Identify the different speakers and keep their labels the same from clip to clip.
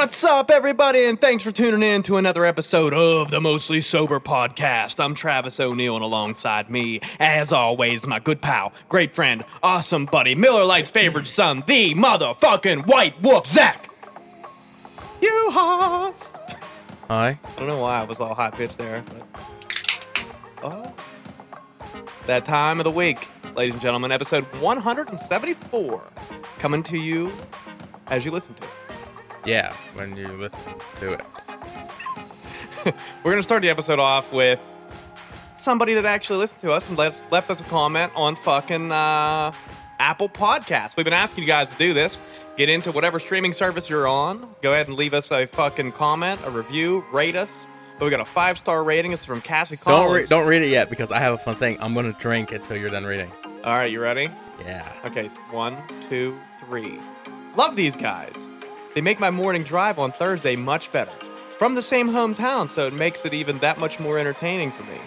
Speaker 1: What's up, everybody, and thanks for tuning in to another episode of the Mostly Sober Podcast. I'm Travis O'Neill, and alongside me, as always, my good pal, great friend, awesome buddy, Miller Lite's favorite son, the motherfucking white wolf, Zach. You hoss. Hi. I don't know why I was all high pitched there, but. Oh. That time of the week, ladies and gentlemen, episode 174, coming to you as you listen to it.
Speaker 2: Yeah, when you listen to it.
Speaker 1: We're going to start the episode off with somebody that actually listened to us and left, left us a comment on fucking uh, Apple Podcasts. We've been asking you guys to do this. Get into whatever streaming service you're on. Go ahead and leave us a fucking comment, a review, rate us. But we got a five star rating. It's from Cassie
Speaker 2: Don't
Speaker 1: Collins.
Speaker 2: re- don't read it yet because I have a fun thing. I'm gonna drink until you're done reading.
Speaker 1: All right, you ready?
Speaker 2: Yeah.
Speaker 1: Okay, one, two, three. Love these guys. They make my morning drive on Thursday much better. From the same hometown, so it makes it even that much more entertaining for me.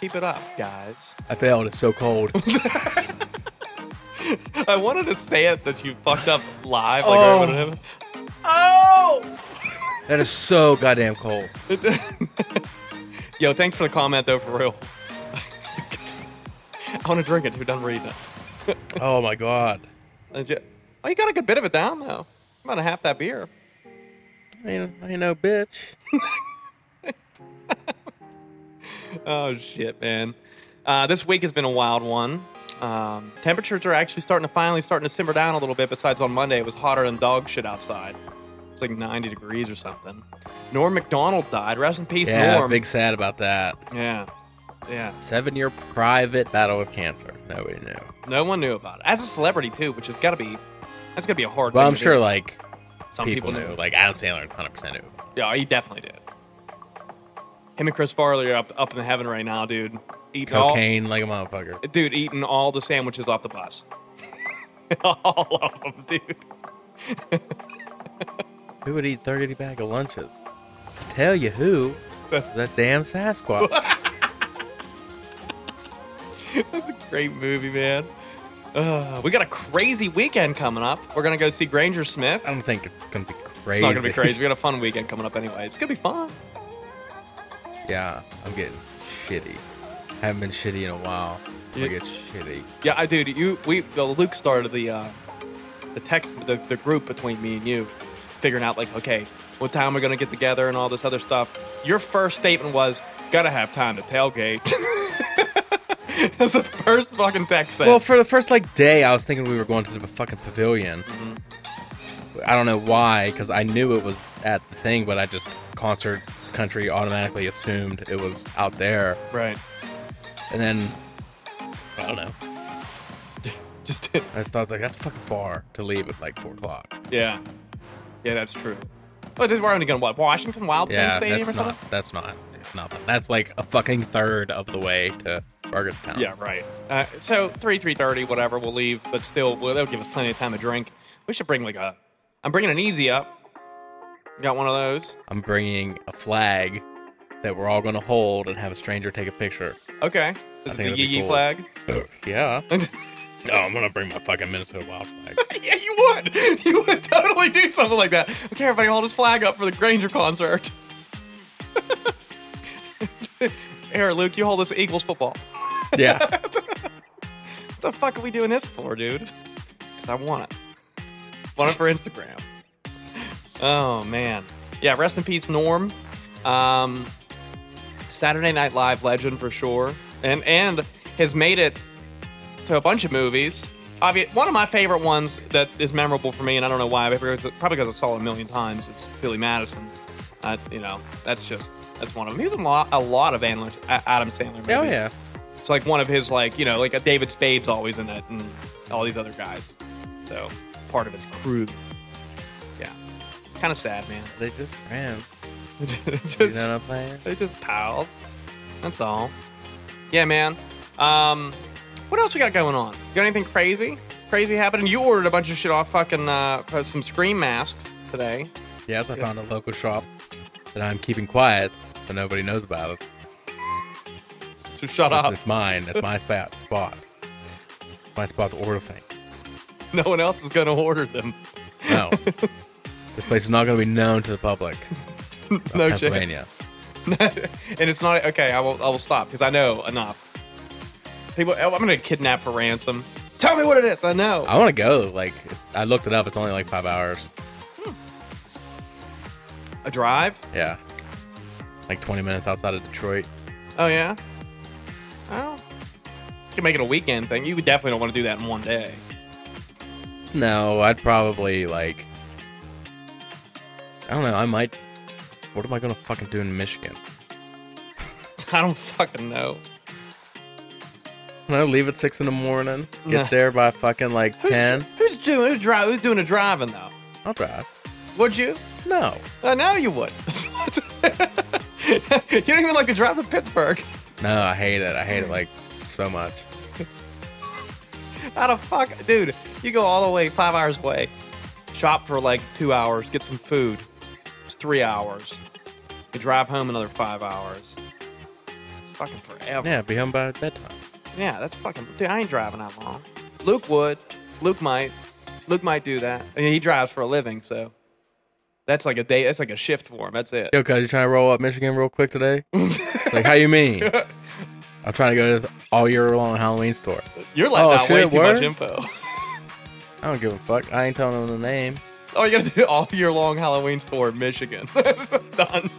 Speaker 1: Keep it up, guys.
Speaker 2: I failed. It's so cold.
Speaker 1: I wanted to say it that you fucked up live, like right when it happened. Oh!
Speaker 2: that is so goddamn cold.
Speaker 1: Yo, thanks for the comment though, for real. I want to drink it. Who done reading it?
Speaker 2: Oh my god.
Speaker 1: Legit. Oh, you got a good bit of it down though. About a half that beer.
Speaker 2: Ain't, ain't no bitch.
Speaker 1: Oh shit, man. Uh, this week has been a wild one. Um, temperatures are actually starting to finally starting to simmer down a little bit. Besides on Monday, it was hotter than dog shit outside. It's like 90 degrees or something. Norm McDonald died. Rest in peace,
Speaker 2: Yeah,
Speaker 1: Norm.
Speaker 2: big sad about that.
Speaker 1: yeah, yeah.
Speaker 2: Seven year private battle with cancer. Nobody knew.
Speaker 1: No one knew about it. As a celebrity too, which has got to be that's gotta be a hard.
Speaker 2: Well,
Speaker 1: thing
Speaker 2: I'm
Speaker 1: to
Speaker 2: sure
Speaker 1: do.
Speaker 2: like
Speaker 1: some
Speaker 2: people, knew. Like Adam Sandler, 100 percent knew.
Speaker 1: Yeah, he definitely did. Him and Chris Farley are up up in heaven right now, dude. Eating all-
Speaker 2: Cocaine like a motherfucker.
Speaker 1: dude eating all the sandwiches off the bus. all of them, dude.
Speaker 2: Who would eat 30 bag of lunches? Tell you who. That damn Sasquatch.
Speaker 1: That's a great movie, man. Uh, we got a crazy weekend coming up. We're gonna go see Granger Smith.
Speaker 2: I don't think it's gonna be crazy.
Speaker 1: It's not gonna be crazy. We got a fun weekend coming up anyway. It's gonna be fun.
Speaker 2: Yeah, I'm getting shitty. Haven't been shitty in a while.
Speaker 1: Yeah.
Speaker 2: I get shitty.
Speaker 1: Yeah, I dude, you we the Luke started the uh, the text the, the group between me and you, figuring out like okay, what time we're gonna get together and all this other stuff. Your first statement was gotta have time to tailgate. That's the first fucking text. Then.
Speaker 2: Well, for the first like day, I was thinking we were going to the fucking pavilion.
Speaker 1: Mm-hmm.
Speaker 2: I don't know why, because I knew it was at the thing, but I just concert country automatically assumed it was out there,
Speaker 1: right,
Speaker 2: and then I don't know.
Speaker 1: just
Speaker 2: I just thought I was like, that's fucking far to leave at like four o'clock.
Speaker 1: yeah, yeah, that's true. Oh, But this- we're only gonna what Washington Wild
Speaker 2: yeah,
Speaker 1: Stadium or
Speaker 2: that's
Speaker 1: something.
Speaker 2: not. That's not. It's nothing. That's like a fucking third of the way to Burgerstown.
Speaker 1: Yeah, right. Uh, so three, three thirty, whatever. We'll leave, but still, well, that'll give us plenty of time to drink. We should bring like a. I'm bringing an easy up. Got one of those.
Speaker 2: I'm bringing a flag that we're all going to hold and have a stranger take a picture.
Speaker 1: Okay.
Speaker 2: I
Speaker 1: Is it
Speaker 2: think it'd
Speaker 1: the
Speaker 2: be
Speaker 1: Yee Yee
Speaker 2: cool.
Speaker 1: flag?
Speaker 2: Yeah. No, I'm going to bring my fucking Minnesota Wild flag.
Speaker 1: yeah, you would. You would totally do something like that. Okay, everybody, hold his flag up for the Granger concert. Here, Luke, you hold this Eagles football.
Speaker 2: yeah.
Speaker 1: What the fuck are we doing this for, dude? 'Cause I want it. Want it for Instagram. Oh man, yeah. Rest in peace, Norm. Um, Saturday Night Live legend for sure, and and has made it to a bunch of movies. Obvious, one of my favorite ones that is memorable for me, and I don't know why, but because- probably because I saw it a million times. It's Billy Madison. I, you know, that's just that's one of them. He was in a lot, a lot of Adam Sandler. Movies.
Speaker 2: Oh, yeah.
Speaker 1: It's like one of his like you know like a David Spade's always in it, and all these other guys. So part of his crew. Yeah, kind of sad, man.
Speaker 2: They just ran.
Speaker 1: just,
Speaker 2: You know what I'm saying?
Speaker 1: They just pals. That's all. Yeah, man. Um, what else we got going on? Got anything crazy? Crazy happening? You ordered a bunch of shit off fucking uh, some scream masks today.
Speaker 2: Yes, I found a local shop that I'm keeping quiet so nobody knows about it.
Speaker 1: So shut up.
Speaker 2: It's mine. It's my spot. spot. It's My spot to order things.
Speaker 1: No one else is gonna order them.
Speaker 2: Oh, No. this place is not going to be known to the public. of
Speaker 1: No chance.
Speaker 2: Pennsylvania.
Speaker 1: And it's not okay. I will. I will stop because I know enough. People, oh, I'm gonna kidnap for ransom. Tell me what it is. I know.
Speaker 2: I want to go. Like, I looked it up. It's only like five hours.
Speaker 1: A drive?
Speaker 2: Yeah. Like 20 minutes outside of Detroit.
Speaker 1: Oh yeah. Oh. You can make it a weekend thing. You definitely don't want to do that in one day.
Speaker 2: No, I'd probably like. I don't know. I might. What am I gonna fucking do in Michigan?
Speaker 1: I don't fucking know.
Speaker 2: Can I leave at six in the morning? Get
Speaker 1: Nah.
Speaker 2: there by fucking like ten.
Speaker 1: Who's doing who's drive who's doing a driving though?
Speaker 2: I'll drive.
Speaker 1: Would you?
Speaker 2: No,
Speaker 1: Uh, now you would. you don't even like to drive to Pittsburgh.
Speaker 2: no, I hate it. I hate it like so much.
Speaker 1: How the fuck, dude? You go all the way five hours away, shop for like two hours, get some food. It's three hours. You drive home another five hours. It's fucking forever.
Speaker 2: Yeah, be home by bedtime.
Speaker 1: Yeah, that's fucking. Dude, I ain't driving that long. Luke would. Luke might. Luke might do that. I mean, he drives for a living, so that's like a day. That's like a shift for him. That's it.
Speaker 2: Yo, cuz you trying to roll up Michigan real quick today? like, how you mean? I'm trying to go to this all year long Halloween store.
Speaker 1: You're letting
Speaker 2: Oh,
Speaker 1: out way
Speaker 2: shit,
Speaker 1: too much
Speaker 2: word?
Speaker 1: info.
Speaker 2: I don't give a fuck. I ain't telling them the name.
Speaker 1: Oh, you gotta do all year long Halloween store in Michigan. Done.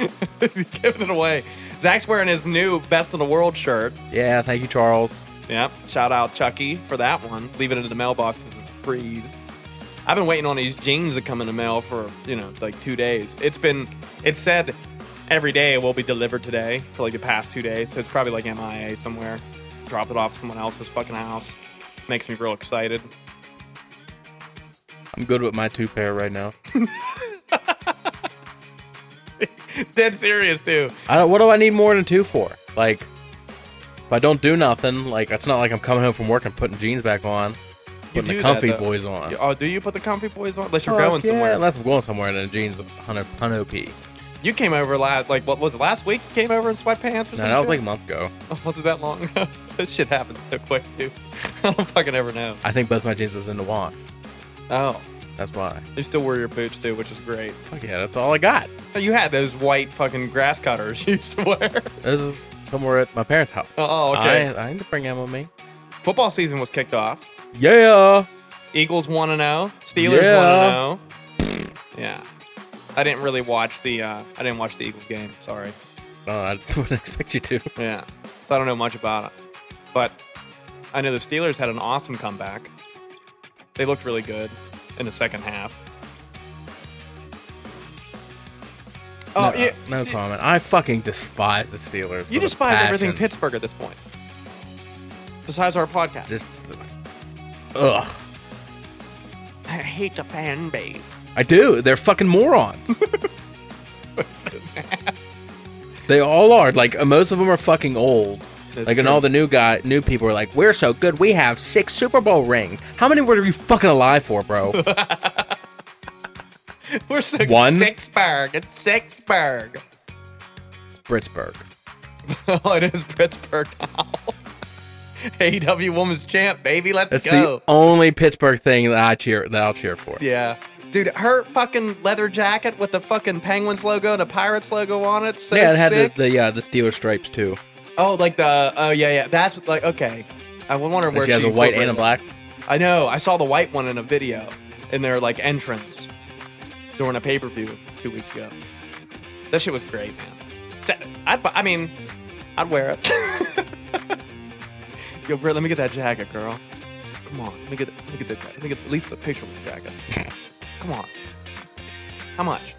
Speaker 1: Giving it away. Zach's wearing his new Best in the World shirt.
Speaker 2: Yeah, thank you, Charles.
Speaker 1: Yep. Shout out Chucky for that one. Leave it in the mailbox since it's freeze. I've been waiting on these jeans to come in the mail for, you know, like two days. It's been, it said every day it will be delivered today for like the past two days. So it's probably like MIA somewhere. Drop it off someone else's fucking house. Makes me real excited.
Speaker 2: I'm good with my two pair right now.
Speaker 1: Dead serious, too.
Speaker 2: I don't, what do I need more than two for? Like, if I don't do nothing, like it's not like I'm coming home from work and putting jeans back on, putting
Speaker 1: do
Speaker 2: the
Speaker 1: that,
Speaker 2: comfy
Speaker 1: though.
Speaker 2: boys on.
Speaker 1: Oh, do you put the comfy boys on? Unless you're
Speaker 2: Fuck
Speaker 1: going
Speaker 2: yeah,
Speaker 1: somewhere.
Speaker 2: Unless I'm going somewhere, then jeans are hundred hundred op. No,
Speaker 1: You came over last, like, what was it, last week? You came over in sweatpants or something?
Speaker 2: that was like a month ago.
Speaker 1: Was it that long ago? that shit happens so quick, dude. I don't fucking ever know.
Speaker 2: I think both my jeans was in the wash.
Speaker 1: Oh,
Speaker 2: That's why.
Speaker 1: you still wear your boots too, which is great. Oh,
Speaker 2: Fuck yeah, that's all I got.
Speaker 1: You had those white fucking grass cutters you used to wear.
Speaker 2: This is somewhere at my parents' house.
Speaker 1: Oh, okay.
Speaker 2: I, I need to bring them with me.
Speaker 1: Football season was kicked off.
Speaker 2: Yeah. Oh,
Speaker 1: Eagles 1 0, Steelers
Speaker 2: Yeah.
Speaker 1: 1 0. Yeah. I didn't really watch the uh, I didn't watch the Eagles game, sorry.
Speaker 2: No, I wouldn't expect you to.
Speaker 1: Yeah. So I don't know much about it. But I know the Steelers had an awesome comeback. They looked really good in the second half. Oh,
Speaker 2: no, uh,
Speaker 1: yeah.
Speaker 2: no comment. I fucking despise the Steelers.
Speaker 1: You
Speaker 2: with a
Speaker 1: despise everything
Speaker 2: passion.
Speaker 1: Pittsburgh at this point. Besides our podcast.
Speaker 2: Just, ugh.
Speaker 1: I hate the fan base.
Speaker 2: I do. They're fucking morons. they all are. Like uh, most of them are fucking old.
Speaker 1: That's
Speaker 2: like and
Speaker 1: true.
Speaker 2: all the new guy, new people are like, "We're so good. We have six Super Bowl rings. How many were you fucking alive for, bro?
Speaker 1: We're so
Speaker 2: One?
Speaker 1: Sixburg. It's Sixburg.
Speaker 2: Pittsburgh.
Speaker 1: oh, it is Pittsburgh now. AEW Women's Champ, baby. Let's
Speaker 2: That's
Speaker 1: go.
Speaker 2: the only Pittsburgh thing that I cheer that I'll cheer for.
Speaker 1: Yeah. Dude, her fucking leather jacket with the fucking Penguins logo and the Pirates logo on it. So
Speaker 2: yeah, it had
Speaker 1: sick.
Speaker 2: the, the yeah the Steeler stripes too.
Speaker 1: oh, like the oh yeah yeah. That's like okay. I was wondering
Speaker 2: And
Speaker 1: where
Speaker 2: she has a white and a
Speaker 1: incorporated
Speaker 2: black.
Speaker 1: it. I know. I saw the white one in a video in their like entrance during a pay per view two weeks ago. That shit was great, man. That- I'd, bu- I mean, I'd wear it. Yo, Britt, let me get that jacket, girl. Come on, let me get let me get that jacket. Let me get at least a picture with the jacket. Come on. How much?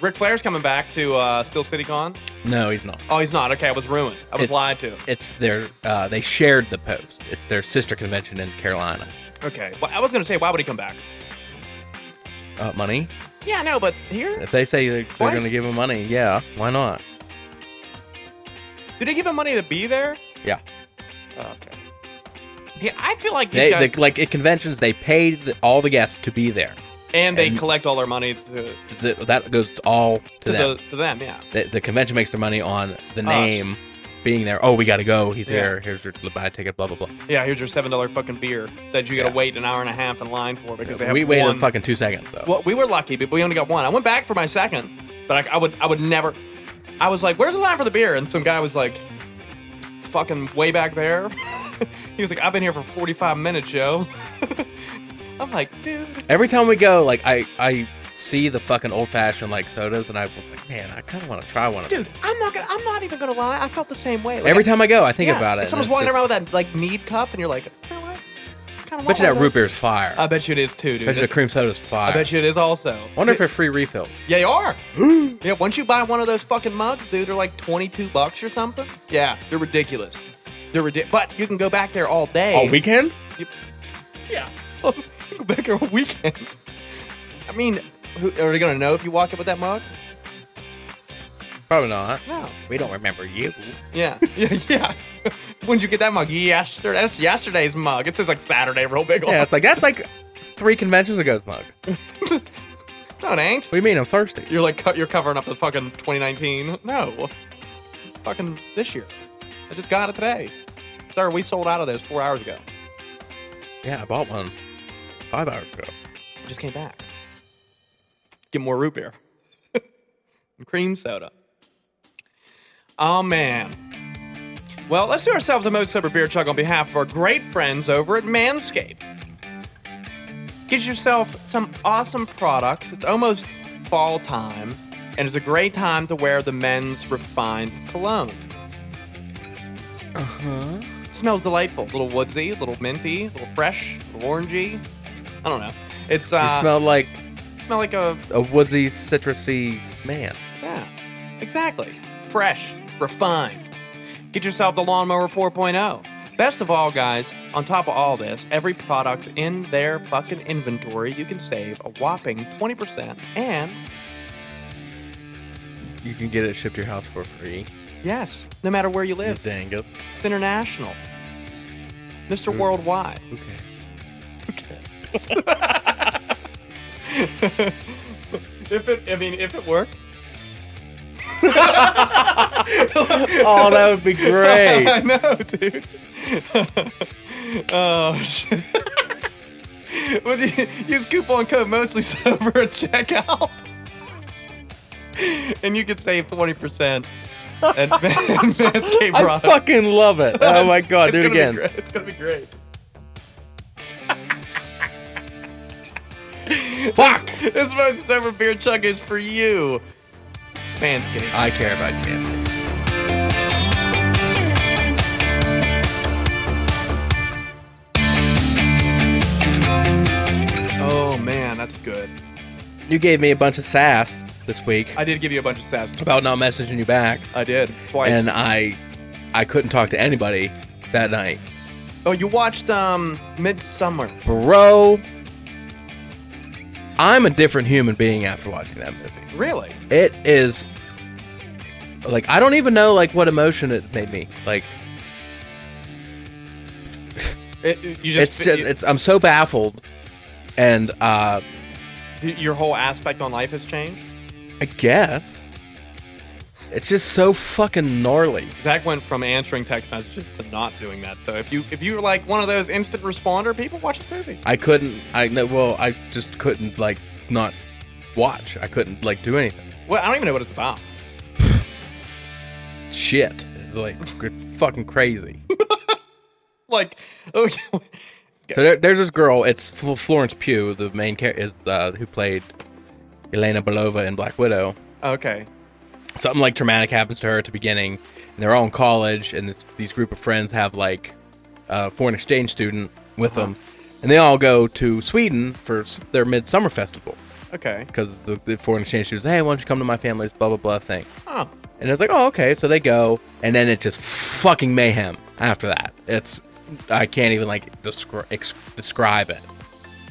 Speaker 1: Ric Flair's coming back to uh, Still City Con.
Speaker 2: No, he's not.
Speaker 1: Oh, he's not. Okay, I was ruined. I was
Speaker 2: It's-
Speaker 1: lied to.
Speaker 2: It's their uh, they shared the post. It's their sister convention in Carolina.
Speaker 1: Okay. Well, I was gonna say, why would he come back?
Speaker 2: Uh, money.
Speaker 1: Yeah, no, but here?
Speaker 2: If they say they're, they're
Speaker 1: Twice?
Speaker 2: going to give him money, yeah, why not?
Speaker 1: Do they give him money to be there?
Speaker 2: Yeah.
Speaker 1: Oh, okay. Yeah, I feel like these
Speaker 2: They,
Speaker 1: guys,
Speaker 2: they like at conventions they pay the, all the guests to be there.
Speaker 1: and they
Speaker 2: and-
Speaker 1: collect all their money to, to,
Speaker 2: Th- that goes to all to, them.
Speaker 1: the, to them. Yeah.
Speaker 2: The, the convention makes their money on the name being there. Oh, we got to go. He's
Speaker 1: Yeah.
Speaker 2: here. Here's your buy a ticket. Blah blah blah.
Speaker 1: Yeah, here's your seven dollar fucking beer that you gotta
Speaker 2: Yeah.
Speaker 1: wait an hour and a half in line for because they have
Speaker 2: we waited
Speaker 1: one.
Speaker 2: fucking two seconds though.
Speaker 1: Well, we were lucky, but we only got one. I went back for my second, but I, I would I would never. I was like, "Where's the line for the beer?" And some guy was like, "Fucking way back there." he was like, "I've been here for 45 minutes, yo." I'm like, dude.
Speaker 2: Every time we go, like I I see the fucking old fashioned like sodas, and I was like, man, I kind of want to try one of them.
Speaker 1: Dude, I'm not gonna. I'm not even gonna lie. I felt the same way. Like,
Speaker 2: Every
Speaker 1: I-
Speaker 2: time I go, I think
Speaker 1: yeah,
Speaker 2: about it. and
Speaker 1: Someone's
Speaker 2: it's
Speaker 1: walking
Speaker 2: just-
Speaker 1: around with that like mead cup, and you're like, you know what? Kinda
Speaker 2: Bet
Speaker 1: want
Speaker 2: you
Speaker 1: one
Speaker 2: that
Speaker 1: of
Speaker 2: root
Speaker 1: those."
Speaker 2: beer's fire.
Speaker 1: I bet you it is too, dude.
Speaker 2: bet you the cream soda's fire.
Speaker 1: I bet you it is also.
Speaker 2: Wonder if they're free refills.
Speaker 1: Yeah, you are. yeah, once you buy one of those fucking mugs, dude, they're like 22 bucks or something. Yeah, they're ridiculous. They're ridiculous. But you can go back there all day.
Speaker 2: Oh, weekend?
Speaker 1: Yeah. you can go back there all weekend. I mean, who, are they going to know if you walk up with that mug?
Speaker 2: Probably not.
Speaker 1: No.
Speaker 2: Oh, We don't remember you.
Speaker 1: Yeah. Yeah. yeah. when did you get that mug? Yesterday. That's yesterday's mug. It says like Saturday real big on
Speaker 2: Yeah,
Speaker 1: it.
Speaker 2: it's like that's like three conventions ago's mug. What
Speaker 1: No, it ain't.
Speaker 2: do you mean? I'm thirsty.
Speaker 1: You're like co- you're covering up the fucking 2019. No, fucking this year. I just got it today. Sorry, we sold out of those four hours ago.
Speaker 2: Yeah, I bought one five hours ago.
Speaker 1: I just came back. Get more root beer and cream soda. Oh man. Well, let's do ourselves a most sober beer chug on behalf of our great friends over at Manscaped. Get yourself some awesome products. It's almost fall time, and it's a great time to wear the men's refined cologne. Uh-huh.
Speaker 2: Uh-huh.
Speaker 1: smells delightful. A little woodsy, a little minty, a little fresh, a little orangey. I don't know. It's
Speaker 2: You
Speaker 1: uh
Speaker 2: smell like
Speaker 1: smell like a
Speaker 2: a woodsy, citrusy man.
Speaker 1: yeah, exactly. Fresh, refined. Get yourself the Lawnmower 4.0. Best of all, guys, on top of all this, every product in their fucking inventory, you can save a whopping 20%. And
Speaker 2: You can get it shipped to your house for free.
Speaker 1: yes, no matter where you
Speaker 2: You
Speaker 1: live,
Speaker 2: dangus.
Speaker 1: it's international. Mr. Worldwide.
Speaker 2: Okay.
Speaker 1: If it, I mean, if it worked.
Speaker 2: Oh, that would be great.
Speaker 1: I know, dude. oh shit. Well, you- Use coupon code mostly sober at checkout, and you can save twenty percent at Ma- Manscaped
Speaker 2: I
Speaker 1: products.
Speaker 2: fucking love it. Oh my god,
Speaker 1: It's
Speaker 2: do it
Speaker 1: gonna be
Speaker 2: again.
Speaker 1: great. It's gonna be great. Fuck! This most sober beer chug is for you, Manscaped.
Speaker 2: I care about you, Nancy.
Speaker 1: Oh man, that's good.
Speaker 2: You gave me a bunch of sass this week
Speaker 1: I did give you a bunch of stats.
Speaker 2: about not messaging you back,
Speaker 1: I did twice.
Speaker 2: and I, I couldn't talk to anybody that night,
Speaker 1: oh, you watched um Midsummer.
Speaker 2: bro. I'm a different human being after watching that movie.
Speaker 1: Really?
Speaker 2: It is like I don't even know like what emotion it made me. Like
Speaker 1: It, it- you
Speaker 2: it's
Speaker 1: just,
Speaker 2: just,
Speaker 1: you-
Speaker 2: it's I'm so baffled, and uh,
Speaker 1: your whole aspect on life has changed.
Speaker 2: I guess it's just so fucking gnarly.
Speaker 1: Zach went from answering text messages to not doing that. So if you if you're like one of those instant responder people, watch the movie.
Speaker 2: I couldn't. I no. Well, I just couldn't like not watch. I couldn't like do anything.
Speaker 1: Well, I don't even know what it's about.
Speaker 2: Shit. Like it's fucking crazy.
Speaker 1: Like, okay,
Speaker 2: So there, there's this girl. It's Fl- Florence Pugh, the main character, is uh, who played Elena Belova in Black Widow.
Speaker 1: okay,
Speaker 2: Something like traumatic happens to her at the beginning, and they're all in college, and this, these group of friends have like a foreign exchange student with them, and they all go to Sweden for s- their midsummer festival
Speaker 1: okay.
Speaker 2: because the, the foreign exchange students, hey, why don't you come to my family's blah blah blah thing.
Speaker 1: Oh,
Speaker 2: And it's like, oh, okay. So they go, and then it's just fucking mayhem after that. It's, I can't even like descri- ex- describe it.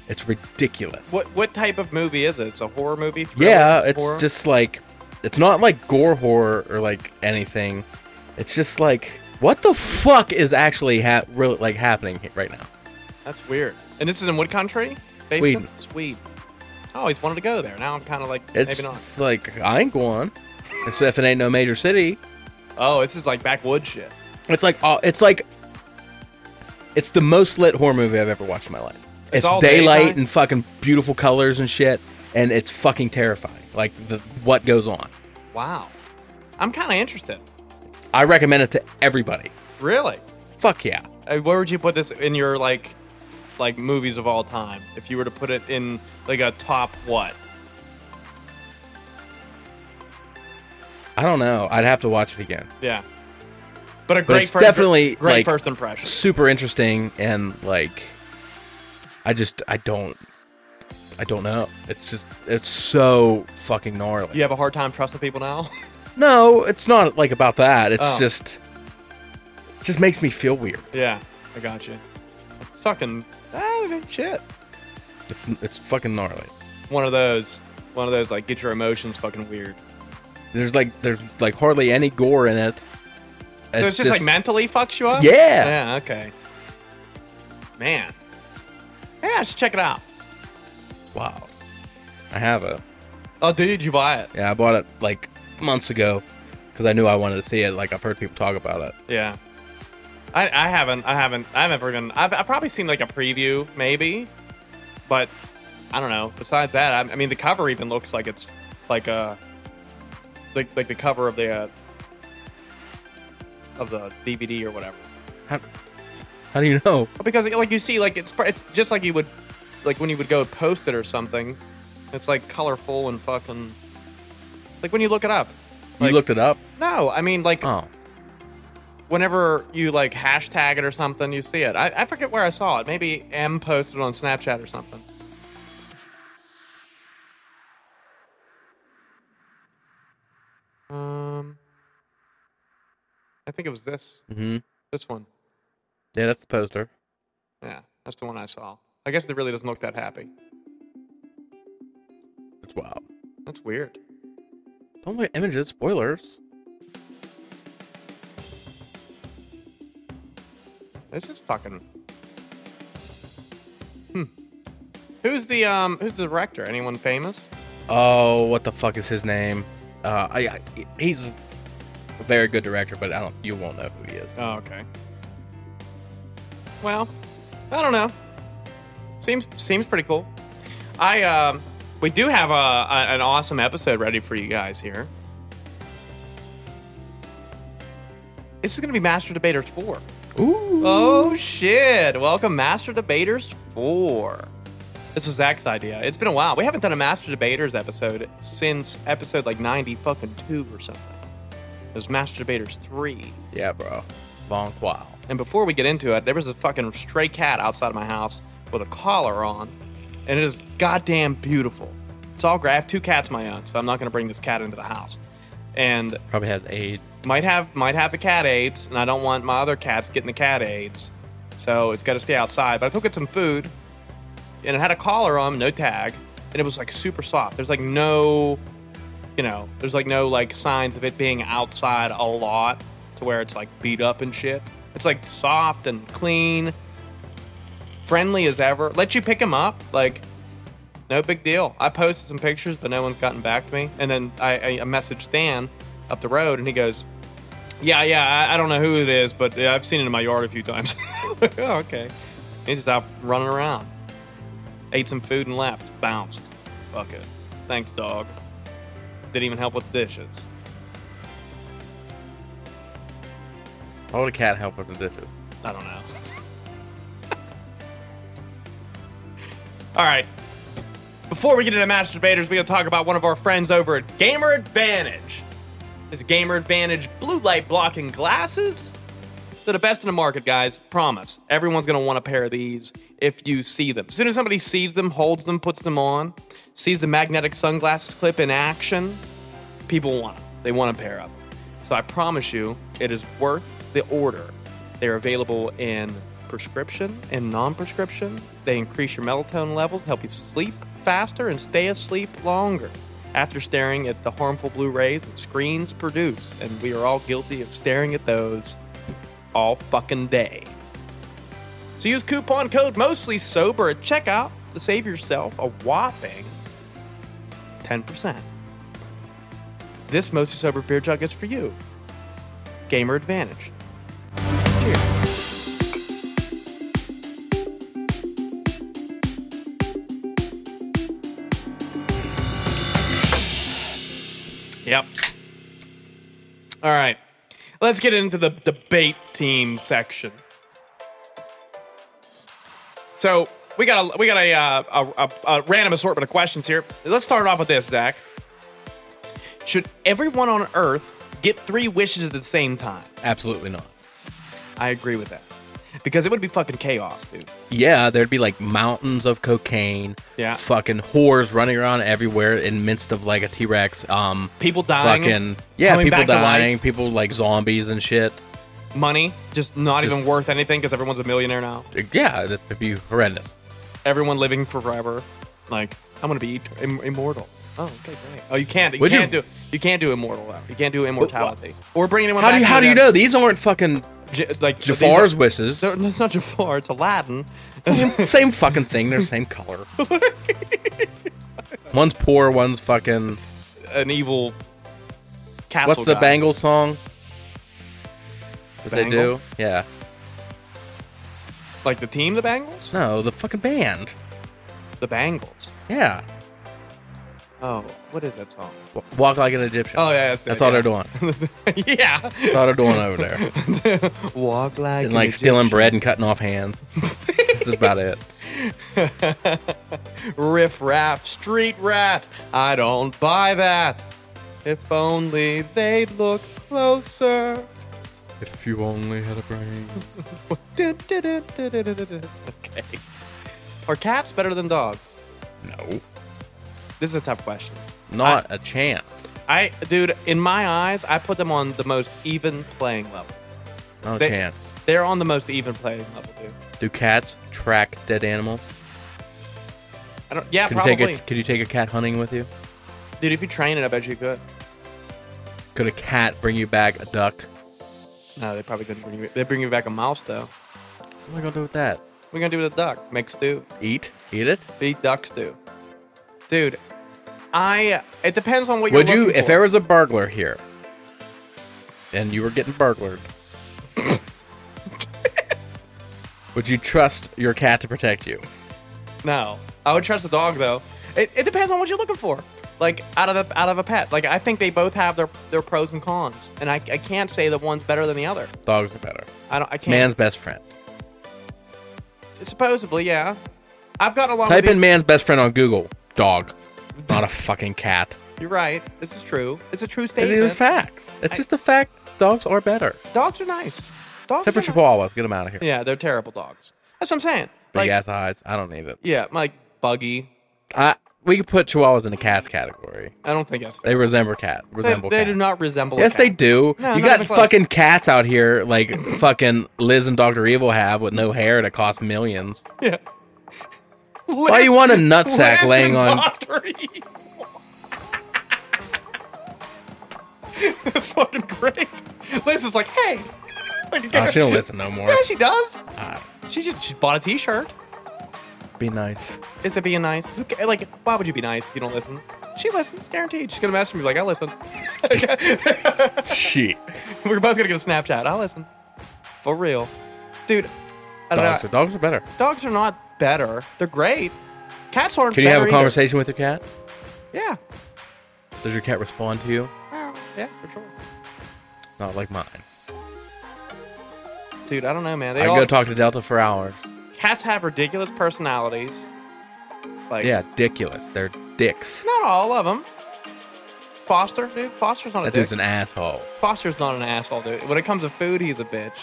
Speaker 2: It's ridiculous.
Speaker 1: What what type of movie is it? It's a horror movie. thriller,
Speaker 2: Yeah, it's
Speaker 1: horror?
Speaker 2: just like it's not like gore horror or like anything. It's just like what the fuck is actually ha- really like happening he- right now?
Speaker 1: that's weird. And this is in what country? Based
Speaker 2: Sweden.
Speaker 1: in- Sweden. I always wanted to go there. Now I'm kind of like maybe not.
Speaker 2: It's like I ain't going. It's if it ain't no major city.
Speaker 1: Oh, this is like backwood shit.
Speaker 2: It's like oh, it's like it's the most lit horror movie I've ever watched in my life. It's,
Speaker 1: all
Speaker 2: daylight
Speaker 1: daytime?
Speaker 2: and fucking beautiful colors and shit, and it's fucking terrifying. Like the what goes on.
Speaker 1: Wow. I'm kind of interested.
Speaker 2: I recommend it to everybody.
Speaker 1: Really?
Speaker 2: Fuck yeah.
Speaker 1: Uh, Where would you put this in your like like movies of all time? If you were to put it in like a top what?
Speaker 2: I don't know. I'd have to watch it again.
Speaker 1: Yeah. But a great
Speaker 2: it's
Speaker 1: first
Speaker 2: definitely,
Speaker 1: great
Speaker 2: like,
Speaker 1: first impression.
Speaker 2: super interesting and like I just I don't I don't know. It's just it's so fucking gnarly.
Speaker 1: You have a hard time trusting people now?
Speaker 2: No, it's not like about that. It's
Speaker 1: Oh.
Speaker 2: just it just makes me feel weird.
Speaker 1: yeah, I got you. It's fucking ah, man, shit.
Speaker 2: It's it's fucking gnarly.
Speaker 1: One of those one of those like get your emotions fucking weird.
Speaker 2: There's like there's like hardly any gore in it.
Speaker 1: So it's, just, like mentally fucks you up?
Speaker 2: Yeah.
Speaker 1: Yeah, okay. Man. Yeah, I should check it out.
Speaker 2: Wow. I have it.
Speaker 1: Oh dude, you buy it.
Speaker 2: Yeah, I bought it like months ago because I knew I wanted to see it. Like I've heard people talk about it.
Speaker 1: Yeah. I, I haven't I haven't I've never even I've, I've probably seen like a preview maybe, but I don't know. Besides that, I, I mean the cover even looks like it's like a like like the cover of the uh, of the DVD or whatever.
Speaker 2: How do you know?
Speaker 1: Because like you see like it's, pr- it's just like you would like when you would go post it or something. It's like colorful and fucking like when you look it up. Like,
Speaker 2: you looked it up?
Speaker 1: No, I mean like
Speaker 2: Oh.
Speaker 1: whenever you like hashtag it or something, you see it. I, I forget where I saw it. Maybe M posted it on Snapchat or something. Um, I think it was this
Speaker 2: Mm-hmm.
Speaker 1: this one.
Speaker 2: Yeah, that's the poster.
Speaker 1: Yeah, that's the one I saw. I guess it really doesn't look that happy.
Speaker 2: It's wild.
Speaker 1: That's weird.
Speaker 2: Don't look at images, spoilers.
Speaker 1: This is fucking. Hmm. Who's the um? Who's the director? Anyone famous?
Speaker 2: Oh, what the fuck is his name? Uh, I, I he's a very good director, but I don't. You won't know who he is.
Speaker 1: Oh, okay. Well, I don't know. Seems seems pretty cool. I um, we do have a, a an awesome episode ready for you guys here. This is gonna be Master Debaters Four.
Speaker 2: Ooh.
Speaker 1: Oh shit! Welcome, Master Debaters Four. This is Zach's idea. It's been a while. We haven't done a Master Debaters episode since episode like ninety fucking two or something. It was Master Debaters Three.
Speaker 2: Yeah, bro. Long while.
Speaker 1: And before we get into it, there was a fucking stray cat outside my house with a collar on, and it is goddamn beautiful. It's all gra- I have two cats of my own, so I'm not gonna bring this cat into the house. And
Speaker 2: Probably has AIDS.
Speaker 1: might have might have the cat aids, and I don't want my other cats getting the cat aids, so it's got to stay outside. But I took it some food, and it had a collar on, no tag, and it was like super soft. There's like no, you know, there's like no like signs of it being outside a lot to where it's like beat up and shit. It's like soft and clean, friendly as ever. Let you pick him up, like. No big deal. I posted some pictures, but no one's gotten back to me. And then I, I, I messaged Stan up the road, and he goes, "Yeah, yeah, I, I don't know who it is, but yeah, I've seen it in my yard a few times." Like, oh, okay. He's just out running around. Ate some food and left. Bounced. Fuck it. Thanks, dog. Didn't even help with the dishes.
Speaker 2: How would a cat help with the dishes?
Speaker 1: I don't know. All right. Before we get into masturbators, we're going to talk about one of our friends over at Gamer Advantage. Is Gamer Advantage blue light blocking glasses? They're the best in the market, guys. Promise. Everyone's going to want a pair of these if you see them. As soon as somebody sees them, holds them, puts them on, sees the magnetic sunglasses clip in action, people want them. They want a pair of them. So I promise you, it is worth the order. They're available in prescription and non prescription. They increase your melatonin levels, help you sleep faster, and stay asleep longer. After staring at the harmful blue rays that screens produce, and we are all guilty of staring at those all fucking day. So use coupon code mostly sober at checkout to save yourself a whopping 10%. This mostly sober beer jug is for you. Gamer advantage. Cheers. Yep. All right. Let's get into the debate team section. So we got a we got a, uh, a, a, a random assortment of questions here. Let's start off with this, Zach. Should everyone on Earth get three wishes at the same time?
Speaker 2: Absolutely not.
Speaker 1: I agree with that because it would be fucking chaos, dude.
Speaker 2: Yeah, there'd be like mountains of cocaine.
Speaker 1: Yeah.
Speaker 2: Fucking whores running around everywhere in midst of like a T Rex. Um,
Speaker 1: People dying,
Speaker 2: Fucking yeah,
Speaker 1: coming
Speaker 2: people
Speaker 1: back to life.
Speaker 2: dying. People like zombies and shit.
Speaker 1: Money just not
Speaker 2: Just-
Speaker 1: even worth anything because everyone's a millionaire now.
Speaker 2: Yeah, that'd be horrendous.
Speaker 1: Everyone living forever. Like I'm gonna be et- im- immortal. Oh, okay, great. Oh, you can't. You
Speaker 2: Would you-
Speaker 1: can't do. You can't do immortal though. You can't do immortality. Or bring anyone.
Speaker 2: How do
Speaker 1: back
Speaker 2: you,
Speaker 1: from
Speaker 2: how
Speaker 1: the
Speaker 2: do you
Speaker 1: dead.
Speaker 2: know these aren't fucking
Speaker 1: J- like these
Speaker 2: Jafar's
Speaker 1: are-
Speaker 2: wishes?
Speaker 1: They're- It's not Jafar. It's Aladdin.
Speaker 2: Same, same fucking thing. They're the same color. one's poor. One's fucking.
Speaker 1: An evil castle.
Speaker 2: What's the
Speaker 1: guy.
Speaker 2: Bangle song? That they
Speaker 1: Bangle?
Speaker 2: do? Yeah.
Speaker 1: Like the team, the Bangles.
Speaker 2: No, the fucking band.
Speaker 1: The Bangles.
Speaker 2: Yeah.
Speaker 1: Oh, what is that song?
Speaker 2: W- Walk like an Egyptian.
Speaker 1: Oh yeah, that's,
Speaker 2: That's
Speaker 1: it,
Speaker 2: all
Speaker 1: yeah.
Speaker 2: they're doing.
Speaker 1: yeah.
Speaker 2: That's all they're doing over there.
Speaker 1: Walk like
Speaker 2: And
Speaker 1: an
Speaker 2: like stealing
Speaker 1: Egyptian.
Speaker 2: bread and cutting off hands. That's about it.
Speaker 1: riff raff, street rat. I don't buy that. If only they'd look closer.
Speaker 2: If you only had a brain.
Speaker 1: Okay. Are cats better than dogs?
Speaker 2: No.
Speaker 1: This is a tough question.
Speaker 2: Not a chance.
Speaker 1: I, dude, in my eyes, I put them on the most even playing level.
Speaker 2: Not a
Speaker 1: They-
Speaker 2: chance.
Speaker 1: They're on the most even playing level, dude.
Speaker 2: Do cats track dead animals?
Speaker 1: I don't. Yeah,
Speaker 2: Could you,
Speaker 1: probably,
Speaker 2: take a, could you take a cat hunting with you?
Speaker 1: dude. If you train it, I bet you could.
Speaker 2: Could a cat bring you back a duck?
Speaker 1: No, they probably couldn't bring you. They bring you back a mouse though.
Speaker 2: What am I gonna do with that?
Speaker 1: What are you gonna do with a duck? Make stew.
Speaker 2: Eat? Eat it?
Speaker 1: Beat ducks do. Dude, I. It depends on what you're.
Speaker 2: Would you,
Speaker 1: looking
Speaker 2: if
Speaker 1: for.
Speaker 2: there was a burglar here, and you were getting burglared, would you trust your cat to protect you?
Speaker 1: No, I would trust the dog though. It, it depends on what you're looking for. Like out of the, out of a pet. Like I think they both have their their pros and cons, and I, I can't say that one's better than the other.
Speaker 2: Dogs are better.
Speaker 1: I don't. I can't.
Speaker 2: Man's best friend.
Speaker 1: supposedly, yeah. I've gotten along.
Speaker 2: Type
Speaker 1: with
Speaker 2: in
Speaker 1: these-
Speaker 2: man's best friend on Google. Dog, not a fucking cat.
Speaker 1: You're right. This is true. It's a true
Speaker 2: It is
Speaker 1: statement.
Speaker 2: facts. It's just a fact. Dogs are better,
Speaker 1: Dogs are nice. Dogs
Speaker 2: except for
Speaker 1: are nice.
Speaker 2: Chihuahuas. Get them out of here.
Speaker 1: Yeah, they're terrible dogs. That's what I'm saying.
Speaker 2: Big
Speaker 1: Like,
Speaker 2: ass eyes. I don't need it.
Speaker 1: yeah, like buggy.
Speaker 2: I, we could put Chihuahuas in the cats category.
Speaker 1: I don't think that's fair.
Speaker 2: They resemble cat.
Speaker 1: They,
Speaker 2: Resemble.
Speaker 1: they
Speaker 2: cats.
Speaker 1: do not resemble. a
Speaker 2: Yes,
Speaker 1: cat.
Speaker 2: they do.
Speaker 1: No,
Speaker 2: you
Speaker 1: not
Speaker 2: got
Speaker 1: even close.
Speaker 2: fucking cats out here like fucking Liz and Doctor Evil have with no hair that cost millions.
Speaker 1: Yeah.
Speaker 2: Why you want a nutsack laying on?
Speaker 1: That's fucking great. Liz is like, hey. Like,
Speaker 2: Oh, she don't listen no more.
Speaker 1: yeah, she does.
Speaker 2: Ah,
Speaker 1: She just she bought a T-shirt.
Speaker 2: be nice.
Speaker 1: Is it being nice? Who ca- Like, why would you be nice if you don't listen? She listens, guaranteed. She's gonna message me like, I listen.
Speaker 2: Shit.
Speaker 1: We're both gonna get a Snapchat. I listen. For real, dude. I don't
Speaker 2: Dogs
Speaker 1: know.
Speaker 2: are, dogs are better.
Speaker 1: Dogs are not better. They're great. Cats aren't.
Speaker 2: Can you have
Speaker 1: better
Speaker 2: a
Speaker 1: either.
Speaker 2: conversation with your cat?
Speaker 1: Yeah.
Speaker 2: Does your cat respond to you?
Speaker 1: Meow. Yeah, for sure.
Speaker 2: Not like mine.
Speaker 1: Dude, I don't know, man. They
Speaker 2: I can
Speaker 1: all
Speaker 2: go talk to Delta for hours.
Speaker 1: cats have ridiculous personalities. Like,
Speaker 2: Yeah, ridiculous. They're dicks.
Speaker 1: not all of them. Foster, dude. Foster's not a
Speaker 2: That
Speaker 1: dick.
Speaker 2: dude's an asshole.
Speaker 1: Foster's not an asshole, dude. When it comes to food, he's a bitch.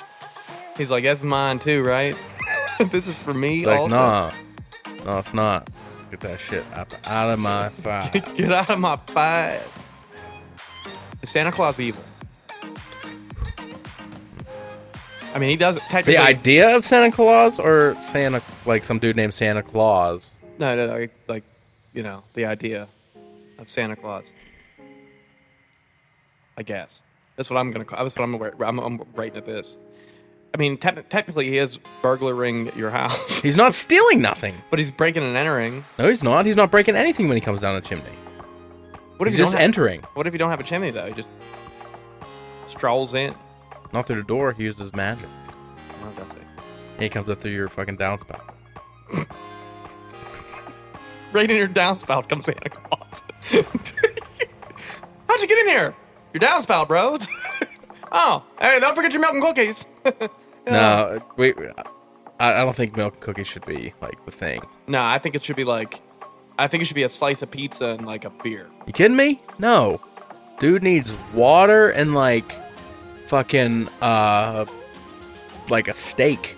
Speaker 1: He's like, that's mine too, right? this is for me.
Speaker 2: It's like,
Speaker 1: all the time.
Speaker 2: nah. No, it's not. Get that shit up out of my fire.
Speaker 1: Get out of my face. Is Santa Claus evil? I mean, he doesn't technically.
Speaker 2: The idea of Santa Claus or Santa, like some dude named Santa Claus?
Speaker 1: no, no, like, like, you know, the idea of Santa Claus. I guess that's what I'm gonna. call That's what I'm. aware- I'm, I'm rating at this. I mean, techni- technically, he is burglaring your house,
Speaker 2: He's not stealing nothing.
Speaker 1: but he's breaking and entering.
Speaker 2: No, he's not. He's not breaking anything when he comes down the chimney.
Speaker 1: What if
Speaker 2: he's
Speaker 1: you
Speaker 2: just
Speaker 1: don't have-
Speaker 2: entering,
Speaker 1: What if you don't have a chimney though? He just strolls in.
Speaker 2: not through the door. He used his magic.
Speaker 1: Oh, that's it.
Speaker 2: He comes up through your fucking downspout.
Speaker 1: Right in your downspout comes Santa Claus. How'd you get in here? Your downspout, bro. oh, hey, don't forget your milk and cookies.
Speaker 2: No, we. I, I don't think milk cookies should be like the thing.
Speaker 1: no, I think it should be like, I think it should be a slice of pizza and like a beer.
Speaker 2: You kidding me? No, dude needs water and like, fucking uh, like a steak.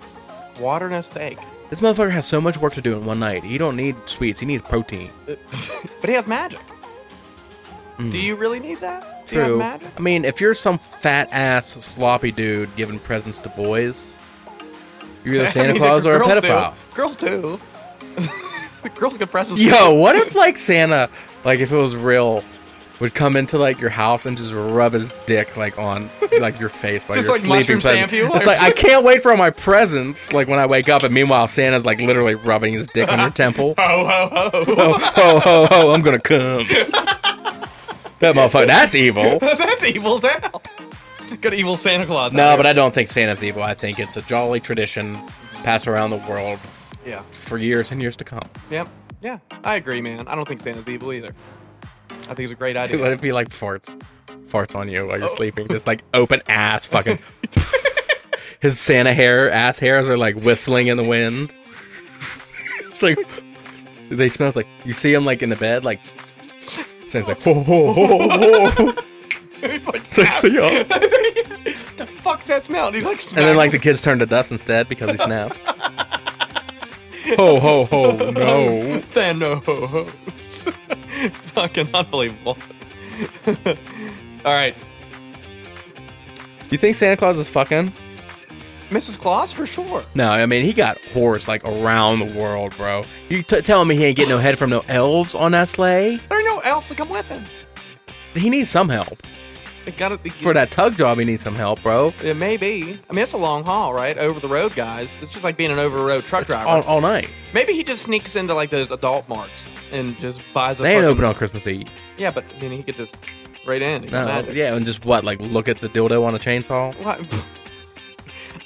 Speaker 1: Water and a steak.
Speaker 2: This motherfucker has so much work to do in one night. He don't need sweets. He needs protein.
Speaker 1: But he has magic. Do you really need that? Do you have
Speaker 2: Hmm. True.
Speaker 1: magic?
Speaker 2: I mean, if you're some fat ass sloppy dude giving presents to boys, you're either
Speaker 1: I
Speaker 2: Santa
Speaker 1: mean,
Speaker 2: Claus or a
Speaker 1: girls do.
Speaker 2: pedophile.
Speaker 1: Girls do. girls get presents.
Speaker 2: Yo, what if like Santa, like if it was real, would come into like your house and just rub his dick like on like your face while
Speaker 1: Just,
Speaker 2: you're
Speaker 1: like, mushroom
Speaker 2: sleeping?
Speaker 1: stamp you?
Speaker 2: It's like I can't wait for my presents. Like when I wake up, and meanwhile Santa's like literally rubbing his dick on your temple.
Speaker 1: Ho ho ho.
Speaker 2: oh, ho ho ho! I'm gonna come. That motherfucker. That's evil.
Speaker 1: That's evil Santa. Got evil Santa Claus.
Speaker 2: No, but I don't think Santa's evil. I think it's a jolly tradition passed around the world
Speaker 1: yeah,
Speaker 2: for years and years to come.
Speaker 1: yeah, yeah. I agree, man. I don't think Santa's evil either. I think it's a great
Speaker 2: Dude, what
Speaker 1: idea.
Speaker 2: if he like farts, farts on you while you're sleeping? Just like open ass, fucking. His Santa hair, ass hairs are like whistling in the wind. It's like they smell like you see him like in the bed, like Santa's like whoa whoa whoa whoa.
Speaker 1: He's like,
Speaker 2: It's like, see ya.
Speaker 1: the fuck's that smell? And he's like,
Speaker 2: And then like the kids turn to dust instead because he snapped. Ho ho ho! No.
Speaker 1: Santa ho ho. Fucking unbelievable. All right,
Speaker 2: You think Santa Claus is fucking?
Speaker 1: Mrs. Claus for sure.
Speaker 2: No, I mean he got whores like around the world, bro. You t- telling me he ain't getting no head from no elves on that sleigh?
Speaker 1: There ain't no elf to come with him.
Speaker 2: He needs some help
Speaker 1: They got it.
Speaker 2: for that tug job. He needs some help, bro.
Speaker 1: It may be. I mean, it's a long haul, right? Over the road, guys. It's just like being an over the road truck driver.
Speaker 2: All, all night.
Speaker 1: Maybe he just sneaks into like those adult marts and just buys a.
Speaker 2: They ain't
Speaker 1: fucking-
Speaker 2: open on Christmas Eve.
Speaker 1: Yeah, but I mean, he could just right in.
Speaker 2: No,
Speaker 1: Magic.
Speaker 2: yeah, and just what? Like look at the dildo on a chainsaw.
Speaker 1: What?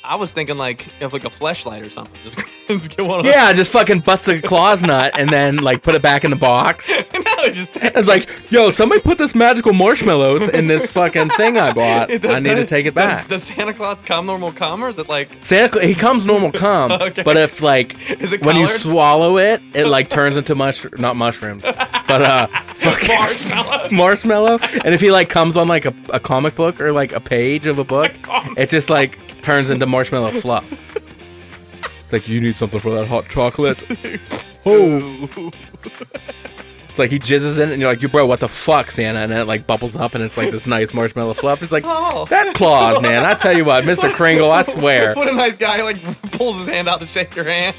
Speaker 1: I was thinking like of like a flashlight or something. Just, just get one of
Speaker 2: Yeah, just fucking bust the claws nut and then like put it back in the box.
Speaker 1: those. no, just
Speaker 2: It's like, yo, somebody put this magical marshmallows in this fucking thing I bought. I need to take it back.
Speaker 1: Does, does Santa Claus come normal come or is it like
Speaker 2: Santa Cla- he comes normal cum,
Speaker 1: Okay.
Speaker 2: but if like
Speaker 1: Is it
Speaker 2: when you
Speaker 1: colored?
Speaker 2: swallow it, it like turns into mush not mushrooms, but uh fucking
Speaker 1: marshmallow?
Speaker 2: marshmallow. And if he like comes on like a, a comic book or like a page of a book,
Speaker 1: comic
Speaker 2: it just like turns into marshmallow fluff. It's like you need something for that hot chocolate. Oh. It's like he jizzes in it and you're like, you bro, what the fuck, Santa? And then it like bubbles up and it's like this nice marshmallow fluff. It's like
Speaker 1: Oh.
Speaker 2: that claws, man. I tell you what, Mr. Kringle, I swear.
Speaker 1: What a nice guy! who, Like pulls his hand out to shake your hand.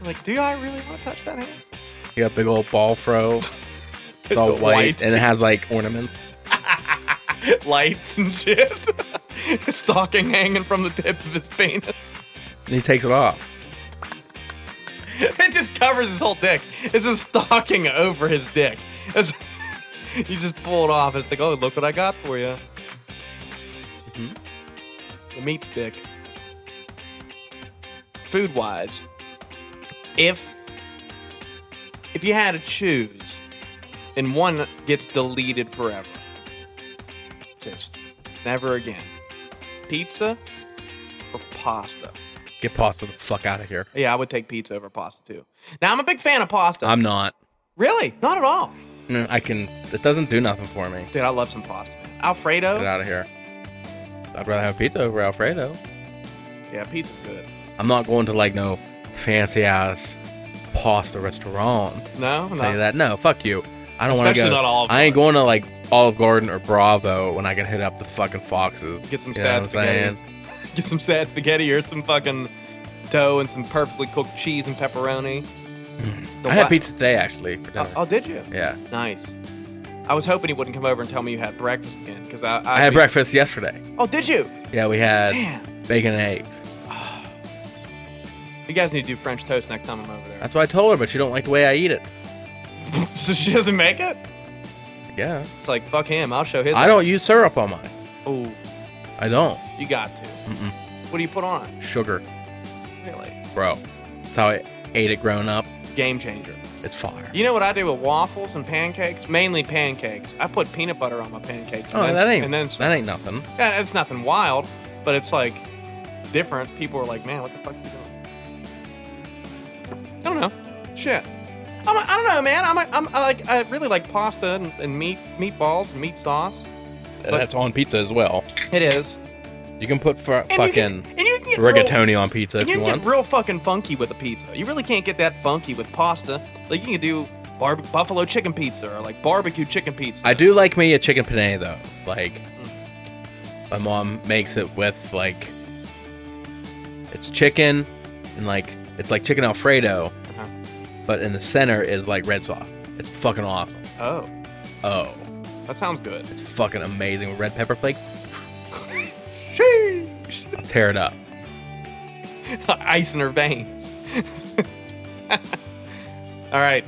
Speaker 1: I'm like, do I really want to touch that hand?
Speaker 2: You got a big old ball fro. It's all white,
Speaker 1: White.
Speaker 2: and it has like ornaments.
Speaker 1: Lights and shit. Stocking hanging from the tip of his penis.
Speaker 2: And he takes it off.
Speaker 1: It just covers his whole dick. It's a stocking over his dick. It's, you just pull it off. It's like, oh, look what I got for you. The meat stick. Food wise, if if you had to choose, and one gets deleted forever, just never again, pizza or pasta.
Speaker 2: Get pasta the fuck out of here.
Speaker 1: Yeah, I would take pizza over pasta too. Now I'm a big fan of pasta.
Speaker 2: I'm not.
Speaker 1: really? Not at all.
Speaker 2: Mm, I can. It doesn't do nothing for me.
Speaker 1: Dude, I love some pasta. Man.
Speaker 2: Get
Speaker 1: Alfredo.
Speaker 2: out of here. I'd rather have pizza over Alfredo.
Speaker 1: Yeah, pizza's good.
Speaker 2: I'm not going to like no fancy ass pasta restaurant.
Speaker 1: No, no.
Speaker 2: Tell you that. No, fuck you. I don't want to
Speaker 1: Especially
Speaker 2: go.
Speaker 1: not Olive
Speaker 2: I ain't going to like Olive Garden or Bravo when I can hit up the fucking Foxes.
Speaker 1: Get some
Speaker 2: You know what
Speaker 1: sad
Speaker 2: I'm saying?
Speaker 1: Get some sad spaghetti or some fucking dough and some perfectly cooked cheese and pepperoni. The
Speaker 2: I had
Speaker 1: wa-
Speaker 2: pizza today actually for dinner.
Speaker 1: Oh, oh, did you?
Speaker 2: yeah,
Speaker 1: Nice. I was hoping he wouldn't come over and tell me you had breakfast again, because I,
Speaker 2: I had breakfast yesterday.
Speaker 1: Oh, did you?
Speaker 2: Yeah, we had
Speaker 1: Damn.
Speaker 2: bacon and eggs.
Speaker 1: You guys need to do French toast next time I'm over there.
Speaker 2: That's what I told her, but she don't like the way I eat it.
Speaker 1: so she doesn't make it.
Speaker 2: Yeah,
Speaker 1: It's like fuck him. I'll show his.
Speaker 2: I don't use syrup on mine.
Speaker 1: Oh,
Speaker 2: I don't
Speaker 1: you got to. What do you put on? it?
Speaker 2: sugar,
Speaker 1: Really?
Speaker 2: bro. That's how I ate it growing up.
Speaker 1: Game changer.
Speaker 2: It's fire.
Speaker 1: You know what I do with waffles and pancakes? Mainly pancakes. I put peanut butter on my pancakes.
Speaker 2: Oh,
Speaker 1: and then-
Speaker 2: that ain't
Speaker 1: And then
Speaker 2: that ain't nothing.
Speaker 1: Yeah, it's nothing wild, but it's like different. People are like, man, what the fuck you doing? I don't know. Shit. I'm, I don't know, man. I'm, I'm I like I really like pasta and, and meat meatballs and meat sauce.
Speaker 2: That's on pizza as well.
Speaker 1: It is.
Speaker 2: You can put fu-
Speaker 1: And you can-
Speaker 2: fucking
Speaker 1: and you can get real-
Speaker 2: rigatoni on pizza if
Speaker 1: and you
Speaker 2: you
Speaker 1: can
Speaker 2: want.
Speaker 1: get real fucking funky with a pizza. You really can't get that funky with pasta. Like you can do bar- buffalo chicken pizza or like barbecue chicken pizza.
Speaker 2: I do like me a chicken penne though. Like my mom makes it with like it's chicken and like it's like chicken alfredo,
Speaker 1: Uh-huh.
Speaker 2: but in the center is like red sauce. It's fucking awesome.
Speaker 1: Oh,
Speaker 2: Oh,
Speaker 1: that sounds good.
Speaker 2: it's fucking amazing with red pepper flakes.
Speaker 1: Sheesh.
Speaker 2: I'll tear it up.
Speaker 1: ice in her veins. All right.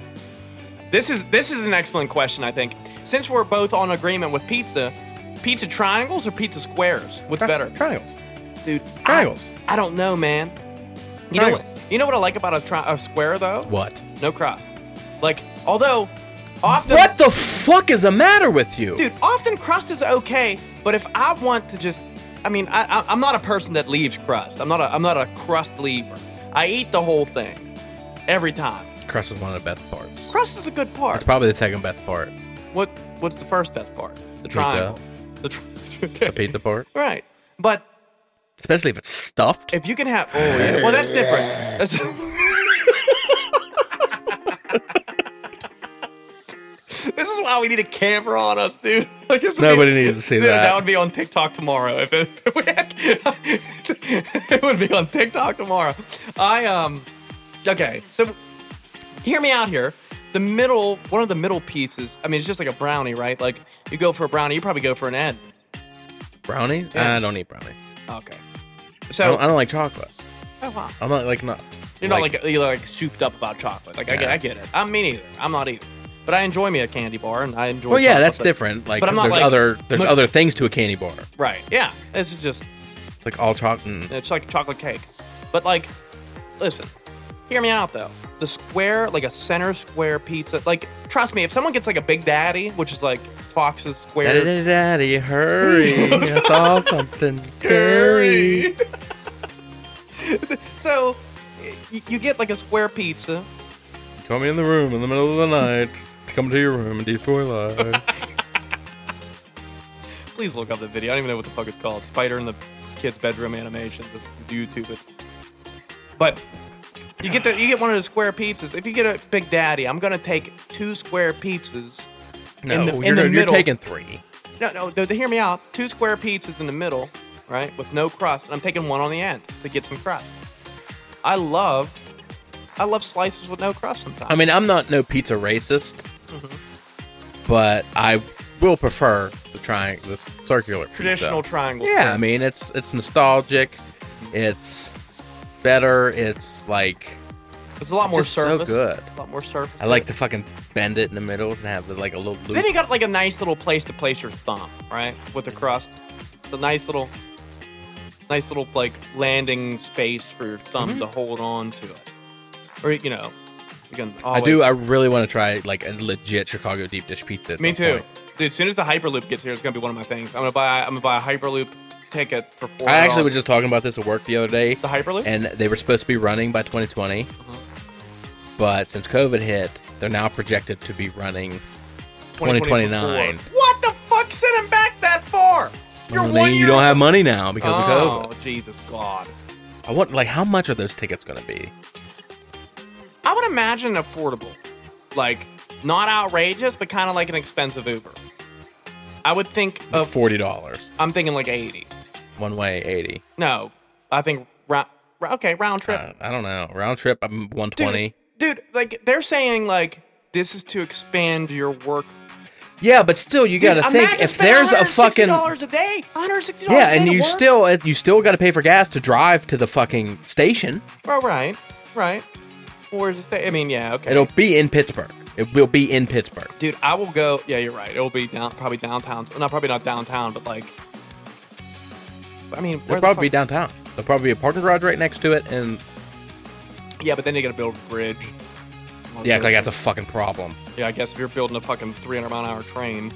Speaker 1: This is this is an excellent question, I think. Since we're both on agreement with pizza, pizza triangles or pizza squares? What's
Speaker 2: Tri-
Speaker 1: better?
Speaker 2: triangles.
Speaker 1: Dude, I-
Speaker 2: Triangles.
Speaker 1: I, don't know, man. You know what, you know what I like about a, tri- a square though?
Speaker 2: What?
Speaker 1: No crust. Like, although often
Speaker 2: What the fuck is the matter with you?
Speaker 1: dude often crust is okay but if i want to just i mean I, I, i'm not a person that leaves crust i'm not a i'm not a crust leaver i eat the whole thing every time
Speaker 2: Crust is one of the best parts.
Speaker 1: crust is a good
Speaker 2: It's
Speaker 1: part
Speaker 2: probably the second best part.
Speaker 1: what what's the first best part the triangle the tr- okay.
Speaker 2: The pizza part.
Speaker 1: right but
Speaker 2: Especially if it's stuffed.
Speaker 1: if you can have oh yeah well that's different that's This is why we need a camera on us, dude. Like, this would be-
Speaker 2: Nobody needs to see
Speaker 1: Dude, that.
Speaker 2: that.
Speaker 1: would be on TikTok tomorrow. If it, if we had- it would be on TikTok tomorrow. I um, okay. So hear me out here. The middle, one of the middle pieces. I mean, it's just like a brownie, right? Like you go for a brownie, you probably go for an end.
Speaker 2: brownie?
Speaker 1: Yeah.
Speaker 2: I don't eat brownie.
Speaker 1: Okay.
Speaker 2: I,
Speaker 1: So
Speaker 2: don't, I don't like chocolate.
Speaker 1: oh, wow.
Speaker 2: I'm not like not.
Speaker 1: you're not like you're like souped up about chocolate. Like I get,
Speaker 2: Yeah.
Speaker 1: I get it. I'm mean either. I'm not either. But I enjoy me a candy bar, and I enjoy.
Speaker 2: Well, yeah,
Speaker 1: chocolate,
Speaker 2: that's
Speaker 1: but-
Speaker 2: different. Like,
Speaker 1: but I'm
Speaker 2: 'cause
Speaker 1: not
Speaker 2: there's
Speaker 1: like-
Speaker 2: other there's
Speaker 1: but-
Speaker 2: other things to a candy bar.
Speaker 1: Right? Yeah. This is just
Speaker 2: It's like all chocolate.
Speaker 1: It's like chocolate cake. But like, listen, hear me out though. The square, like a center square pizza, like trust me, if someone gets like a Big Daddy, which is like Fox's
Speaker 2: Daddy,
Speaker 1: square,
Speaker 2: daddy, daddy, hurry! I saw something scary.
Speaker 1: so y- you get like a square pizza.
Speaker 2: Call me in the room in the middle of the night. To come to your room and destroy life.
Speaker 1: Please look up the video. I don't even know what the fuck it's called. Spider in the kid's bedroom animation. Just YouTube it. But you get the you get one of the square pizzas. If you get a Big Daddy, I'm gonna take two square pizzas.
Speaker 2: No,
Speaker 1: the-
Speaker 2: you're,
Speaker 1: in the
Speaker 2: you're
Speaker 1: middle.
Speaker 2: taking three.
Speaker 1: No, no, th- hear me out. Two square pizzas in the middle, right, with no crust, and I'm taking one on the end to get some crust. I love, I love slices with no crust sometimes.
Speaker 2: I mean, I'm not no pizza racist,
Speaker 1: Mm-hmm.
Speaker 2: but I will prefer the tri- the circular pizza.
Speaker 1: traditional triangle.
Speaker 2: Yeah, I mean it's it's nostalgic, it's better, it's like
Speaker 1: it's a lot more
Speaker 2: just so
Speaker 1: surface.
Speaker 2: good.
Speaker 1: A lot more surface.
Speaker 2: I like to fucking bend it in the middle and have like a little loop.
Speaker 1: Then you got like a nice little place to place your thumb, right, with the crust. It's a nice little, nice little like landing space for your thumb
Speaker 2: Mm-hmm.
Speaker 1: to hold on to it, or you know, you can.
Speaker 2: I
Speaker 1: Always,
Speaker 2: do. I really want to try like a legit Chicago deep dish pizza. at
Speaker 1: Me
Speaker 2: some
Speaker 1: too,
Speaker 2: point.
Speaker 1: dude. As soon as the Hyperloop gets here, it's gonna be one of my things. I'm gonna buy. I'm gonna buy a Hyperloop ticket for four.
Speaker 2: I actually was just talking about this at work the other day,
Speaker 1: the Hyperloop.
Speaker 2: and they were supposed to be running by 2020,
Speaker 1: Mm-hmm.
Speaker 2: but since COVID hit, they're now projected to be running 2029.
Speaker 1: What the fuck sent him back that far? You're
Speaker 2: Well,
Speaker 1: one
Speaker 2: then Mm, you
Speaker 1: year-
Speaker 2: don't have money now because
Speaker 1: Oh
Speaker 2: of COVID.
Speaker 1: Jesus God!
Speaker 2: I want like how much are those tickets going to be?
Speaker 1: I would imagine affordable, like not outrageous, but kind of like an expensive Uber. I would think of.
Speaker 2: Forty dollars.
Speaker 1: I'm thinking like eighty.
Speaker 2: one way eighty.
Speaker 1: No, I think round. Okay, round trip.
Speaker 2: Uh, I don't know round trip. I'm one
Speaker 1: dude,
Speaker 2: twenty.
Speaker 1: dude. Like they're saying, like this is to expand your work.
Speaker 2: Yeah, but still, you got to
Speaker 1: Dude,
Speaker 2: think
Speaker 1: imagine
Speaker 2: if
Speaker 1: spending
Speaker 2: there's a fucking
Speaker 1: $160 a day, hundred sixty dollars.
Speaker 2: yeah,
Speaker 1: a day
Speaker 2: and
Speaker 1: to
Speaker 2: you
Speaker 1: work.
Speaker 2: still uh, you still got to pay for gas to drive to the fucking station.
Speaker 1: Oh, right, right. Where's the state? I mean, yeah, okay.
Speaker 2: It'll be in Pittsburgh. It will be in Pittsburgh.
Speaker 1: Dude, I will go. Yeah, you're right. It'll be down, probably downtown. Not probably not downtown, but like, I mean,
Speaker 2: It'll
Speaker 1: where the
Speaker 2: probably be
Speaker 1: fuck-
Speaker 2: downtown. There'll probably be a parking garage right next to it, and
Speaker 1: Yeah, but then you gotta build a bridge.
Speaker 2: yeah, like that's a fucking problem.
Speaker 1: Yeah, I guess if you're building a fucking 300 mile an hour train.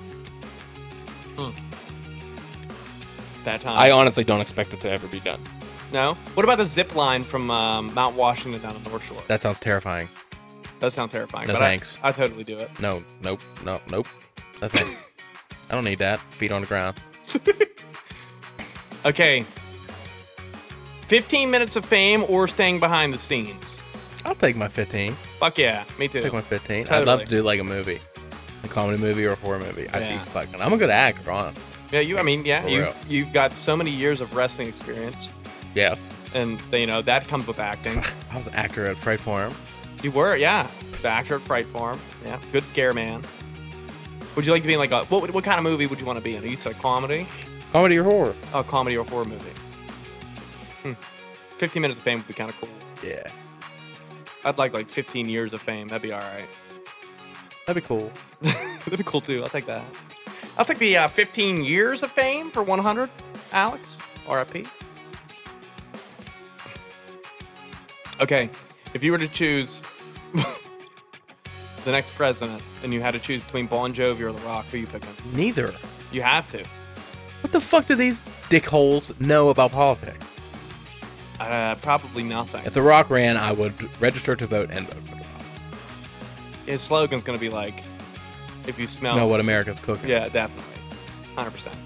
Speaker 1: That time.
Speaker 2: I honestly don't expect it to ever be done.
Speaker 1: no. What about the zip line from um, Mount Washington down to North Shore? That,
Speaker 2: That sounds terrifying.
Speaker 1: sounds terrifying.
Speaker 2: No
Speaker 1: but I-
Speaker 2: thanks.
Speaker 1: I, totally do it.
Speaker 2: No, nope, no, nope. Nothing. I don't need that. Feet on the ground.
Speaker 1: Okay. 15 minutes of fame or staying behind the scenes.
Speaker 2: I'll take my fifteen.
Speaker 1: Fuck yeah, me too.
Speaker 2: Take my fifteen. I'd
Speaker 1: Totally.
Speaker 2: love to do like a movie, a comedy movie or a horror movie. I'd
Speaker 1: Yeah.
Speaker 2: be fucking. I'm a good actor, on.
Speaker 1: Yeah, you. I mean, yeah,
Speaker 2: For
Speaker 1: you
Speaker 2: real.
Speaker 1: you've got so many years of wrestling experience,
Speaker 2: Yeah.
Speaker 1: and you know that comes with acting.
Speaker 2: I was an actor at Freight Farm.
Speaker 1: You were, yeah. The actor at Fright Farm. Yeah. Good scare man. Would you like to be in like a what, what kind of movie would you want to be in? Are you said a comedy?
Speaker 2: Comedy or horror?
Speaker 1: A comedy or horror movie? Hmm. Fifteen minutes of fame would be kind of cool.
Speaker 2: Yeah.
Speaker 1: I'd like like fifteen years of fame. That'd be all right.
Speaker 2: That'd be cool.
Speaker 1: That'd be cool too. I'll take that. I'll take the uh, fifteen years of fame for one hundred. Alex, RIP. Okay, if you were to choose the next president and you had to choose between Bon Jovi or The Rock, who you picking?
Speaker 2: Neither.
Speaker 1: You have to.
Speaker 2: What the fuck do these dickholes know about politics?
Speaker 1: Uh, probably nothing.
Speaker 2: If The Rock ran, I would register to vote and vote for The Rock.
Speaker 1: His slogan's gonna be like, "If you smell."
Speaker 2: Know what America's cooking.
Speaker 1: Yeah, definitely, hundred percent.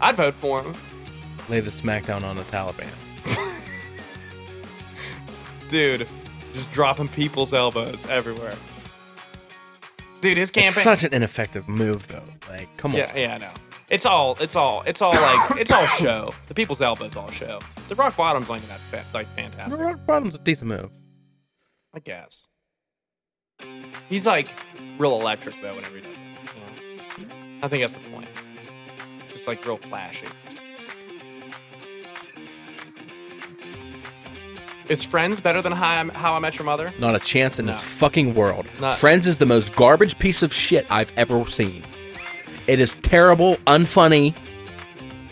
Speaker 1: I'd vote for him,
Speaker 2: Lay the smackdown on the Taliban.
Speaker 1: dude. Just dropping people's elbows everywhere. Dude, his campaign.
Speaker 2: It's such an ineffective move, though. Like, come on.
Speaker 1: yeah, yeah, I know. It's all, it's all, it's all like, it's all show. The people's elbows all show. The rock bottom's like that, fa- like
Speaker 2: The
Speaker 1: fantastic.
Speaker 2: Rock bottom's a decent move.
Speaker 1: I guess. He's like real electric though whenever he does it. you know? I think that's the point. Just like real flashy. Is Friends better than How I, How I Met Your Mother?
Speaker 2: Not a chance in
Speaker 1: No.
Speaker 2: this fucking world.
Speaker 1: Not-
Speaker 2: Friends is the most garbage piece of shit I've ever seen. It is terrible, unfunny.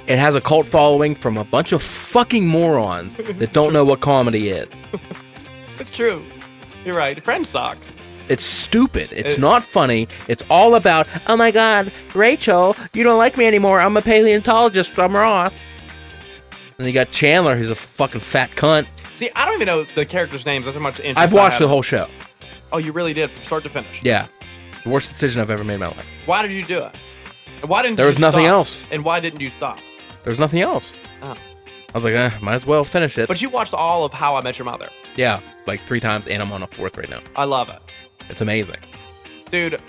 Speaker 2: It has a cult following from a bunch of fucking morons that don't know what comedy is.
Speaker 1: It's true. You're right. Friends sucks.
Speaker 2: It's stupid. It's
Speaker 1: It-
Speaker 2: not funny. It's all about, oh my God, Rachel, you don't like me anymore. I'm a paleontologist. I'm Ross. And you got Chandler, who's a fucking fat cunt.
Speaker 1: See, I don't even know the characters' names. That's how much interest
Speaker 2: I've
Speaker 1: I
Speaker 2: watched
Speaker 1: have.
Speaker 2: the whole show.
Speaker 1: Oh, you really did from start to finish.
Speaker 2: Yeah. The worst decision I've ever made in my life.
Speaker 1: Why did you do it? And why didn't
Speaker 2: There
Speaker 1: you
Speaker 2: was nothing
Speaker 1: stop?
Speaker 2: else.
Speaker 1: And why didn't you stop?
Speaker 2: There's nothing else.
Speaker 1: Oh.
Speaker 2: I was like, eh, might as well finish it.
Speaker 1: But you watched all of How I Met Your Mother.
Speaker 2: yeah, like three times, and I'm on a fourth right now.
Speaker 1: I love it.
Speaker 2: It's amazing.
Speaker 1: Dude,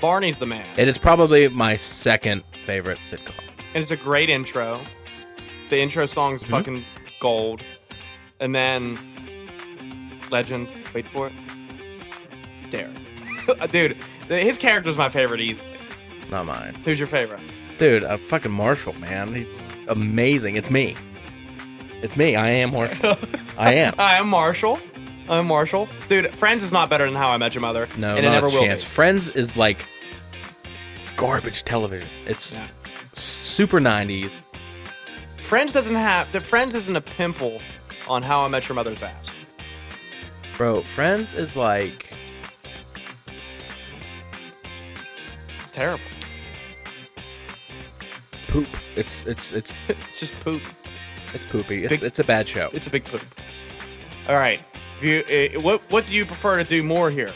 Speaker 1: Barney's the man.
Speaker 2: It is probably my second favorite sitcom.
Speaker 1: and it's a great intro. The intro song's
Speaker 2: Hmm?
Speaker 1: fucking gold. And then Legend, wait for it. Derek. Dude, th- his character's my favorite easily.
Speaker 2: Not mine,
Speaker 1: Who's your favorite?
Speaker 2: dude. A fucking Marshall, man. He's amazing. It's me. It's me. I am Marshall. I am.
Speaker 1: Hi, I'm Marshall. I'm Marshall. Dude, Friends is not better than How I Met Your Mother.
Speaker 2: No,
Speaker 1: and it
Speaker 2: not
Speaker 1: never
Speaker 2: a
Speaker 1: will
Speaker 2: chance.
Speaker 1: be.
Speaker 2: Friends is like garbage television. It's
Speaker 1: Yeah.
Speaker 2: super '90s.
Speaker 1: Friends doesn't have the Friends isn't a pimple on How I Met Your Mother's ass.
Speaker 2: Bro, Friends is like
Speaker 1: It's terrible.
Speaker 2: poop. It's it's it's
Speaker 1: It's just poop.
Speaker 2: it's poopy. It's
Speaker 1: Big-
Speaker 2: it's a bad show.
Speaker 1: It's a big poop. All right. You, uh, what what do you prefer to do more here?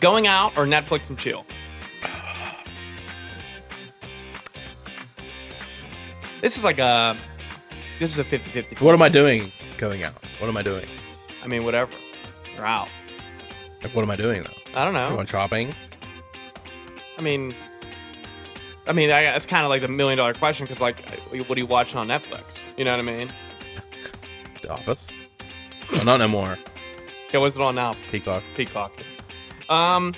Speaker 1: Going out or Netflix and chill? This is like a this is a 50-50.
Speaker 2: What am I doing going out? What am I doing?
Speaker 1: I mean, whatever. You're out.
Speaker 2: Like, what am I doing though?
Speaker 1: I don't know.
Speaker 2: Going shopping?
Speaker 1: I mean, I mean, I, it's kind of like the million dollar question because, like, what are you watching on Netflix? You know what I mean?
Speaker 2: The Office. Well, not no more.
Speaker 1: It wasn't on now.
Speaker 2: Peacock.
Speaker 1: Peacock. Um,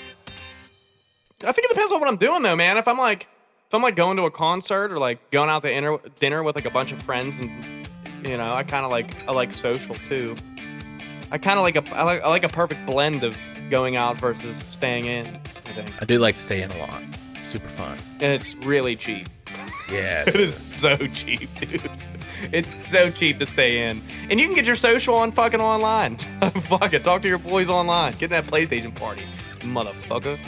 Speaker 1: I think it depends on what I'm doing though, man. If I'm like, if I'm like going to a concert or like going out to inter- dinner with like a bunch of friends, and you know, I kind of like I like social too. I kind of like a I like, I like a perfect blend of going out versus staying in. I think,
Speaker 2: I do like to stay in a lot. Super fun.
Speaker 1: and it's really cheap.
Speaker 2: Yeah.
Speaker 1: It is so cheap, dude. It's so cheap to stay in, and you can get your social on fucking online. Fuck it, talk to your boys online. Get in that PlayStation party, motherfucker.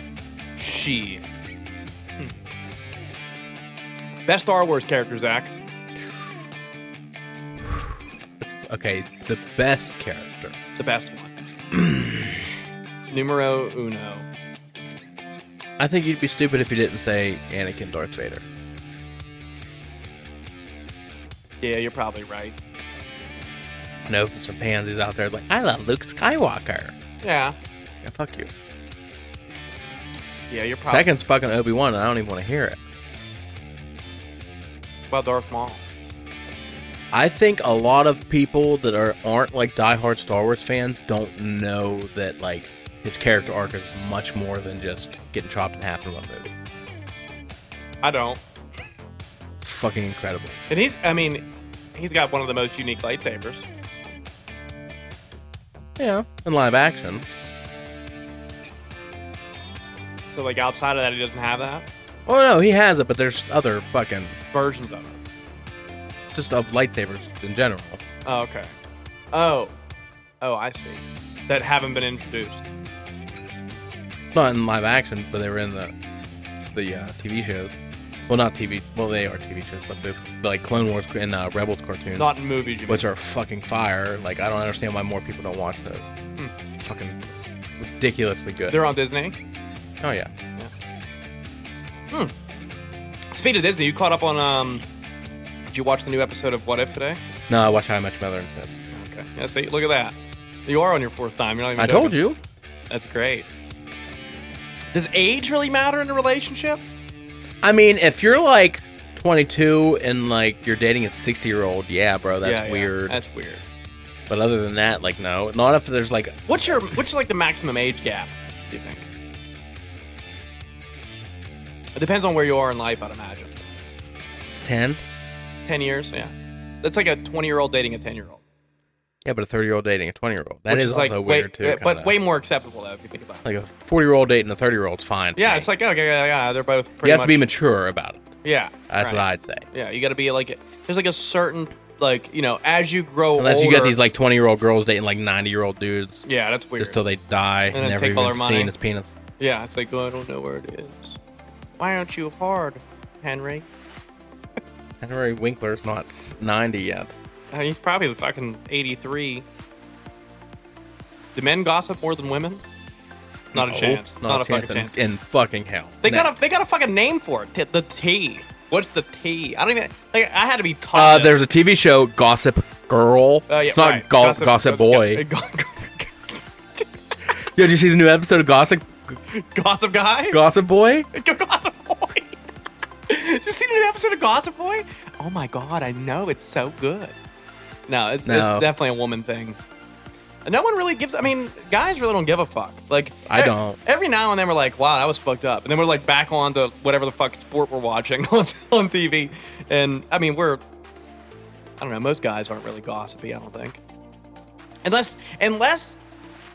Speaker 1: She. Hmm. Best Star Wars character, Zach.
Speaker 2: It's- okay, the best character.
Speaker 1: The best one. Numero uno.
Speaker 2: I think you'd be stupid if you didn't say Anakin Darth Vader.
Speaker 1: Yeah, you're probably right.
Speaker 2: I know some pansies out there like, I love Luke Skywalker.
Speaker 1: Yeah.
Speaker 2: Yeah, fuck you.
Speaker 1: Yeah, you're probably.
Speaker 2: Second's fucking Obi Wan, and I don't even want to hear it.
Speaker 1: Well, Darth Maul.
Speaker 2: I think a lot of people that are aren't like diehard Star Wars fans don't know that like his character arc is much more than just getting chopped in half in one movie.
Speaker 1: I don't.
Speaker 2: It's fucking incredible.
Speaker 1: And he's, I mean, he's got one of the most unique lightsabers.
Speaker 2: Yeah, in live action.
Speaker 1: So, like, outside of that, he doesn't have that.
Speaker 2: Oh no, he has it, but there's other fucking
Speaker 1: versions of it.
Speaker 2: just of lightsabers in general.
Speaker 1: Oh, okay. Oh, oh, I see. That haven't been introduced.
Speaker 2: Not in live action, but they were in the the uh, TV shows. Well, not TV. Well, they are TV shows, but they're like Clone Wars and uh, Rebels cartoons.
Speaker 1: Not in movies. You mean.
Speaker 2: which are fucking fire. Like I don't understand why more people don't watch those. Fucking ridiculously good.
Speaker 1: Hmm. They're on Disney.
Speaker 2: oh yeah,
Speaker 1: Speaking of Disney, you caught up on um. Did you watch the new episode of What If today?
Speaker 2: no, I watch How I Met Your Mother instead.
Speaker 1: Okay. Yeah. See, look at that. You are on your fourth time. You're not even.
Speaker 2: I
Speaker 1: joking.
Speaker 2: told you.
Speaker 1: That's great. Does age really matter in a relationship?
Speaker 2: I mean, if you're like 22 and like you're dating a 60 year old, yeah, bro, that's
Speaker 1: Yeah, yeah,
Speaker 2: weird.
Speaker 1: That's weird.
Speaker 2: But other than that, like no, not if there's like
Speaker 1: What's your what's like the maximum age gap? Do you think? It depends on where you are in life, I'd imagine.
Speaker 2: 10.
Speaker 1: 10 years yeah that's like a 20 year old dating a 10 year old
Speaker 2: Yeah, but a 30 year old dating a 20 year old. That is,
Speaker 1: like
Speaker 2: also
Speaker 1: way,
Speaker 2: weird too.
Speaker 1: but
Speaker 2: kinda.
Speaker 1: way more acceptable though if you think about it
Speaker 2: like a 40 year old dating a 30 year old's fine. to
Speaker 1: yeah
Speaker 2: me.
Speaker 1: it's like okay yeah, yeah they're both pretty
Speaker 2: you have
Speaker 1: much,
Speaker 2: to be mature about it.
Speaker 1: yeah
Speaker 2: That's
Speaker 1: right.
Speaker 2: what I'd say.
Speaker 1: yeah you gotta be like there's like a certain like you know as you grow
Speaker 2: Unless you
Speaker 1: older,
Speaker 2: get these like 20 year old girls dating like 90 year old dudes.
Speaker 1: yeah that's weird
Speaker 2: just till they die and
Speaker 1: then
Speaker 2: never
Speaker 1: take all
Speaker 2: even
Speaker 1: their money.
Speaker 2: seen his penis.
Speaker 1: yeah it's like oh, i don't know where it is why aren't you hard henry
Speaker 2: Henry Winkler's not s- 90 yet.
Speaker 1: Uh, he's probably the fucking 83 do men gossip more than women not a
Speaker 2: No,
Speaker 1: chance not, a, fucking
Speaker 2: in,
Speaker 1: chance
Speaker 2: in fucking hell.
Speaker 1: They
Speaker 2: No.
Speaker 1: got a they got a fucking name for it. T- the T. What's the T? I don't even. Like, I had to be
Speaker 2: Uh,
Speaker 1: taught.
Speaker 2: there's a TV show, Gossip Girl.
Speaker 1: Uh, yeah,
Speaker 2: it's not
Speaker 1: right.
Speaker 2: Go- Gossip, Boy.
Speaker 1: Go- go-
Speaker 2: Yo, did you see the new episode of Gossip
Speaker 1: Gossip guy.
Speaker 2: Gossip Boy?
Speaker 1: Gossip boy. you seen an episode of Gossip Boy? Oh my god! I know it's so good. No, it's,
Speaker 2: No.
Speaker 1: it's definitely a woman thing. And No one really gives. I mean, guys really don't give a fuck. Like
Speaker 2: I
Speaker 1: e-
Speaker 2: don't.
Speaker 1: Every now and then we're like, "Wow, that was fucked up," and then we're like back on to whatever the fuck sport we're watching on, on TV. And I mean, we're I don't know. Most guys aren't really gossipy. I don't think, unless unless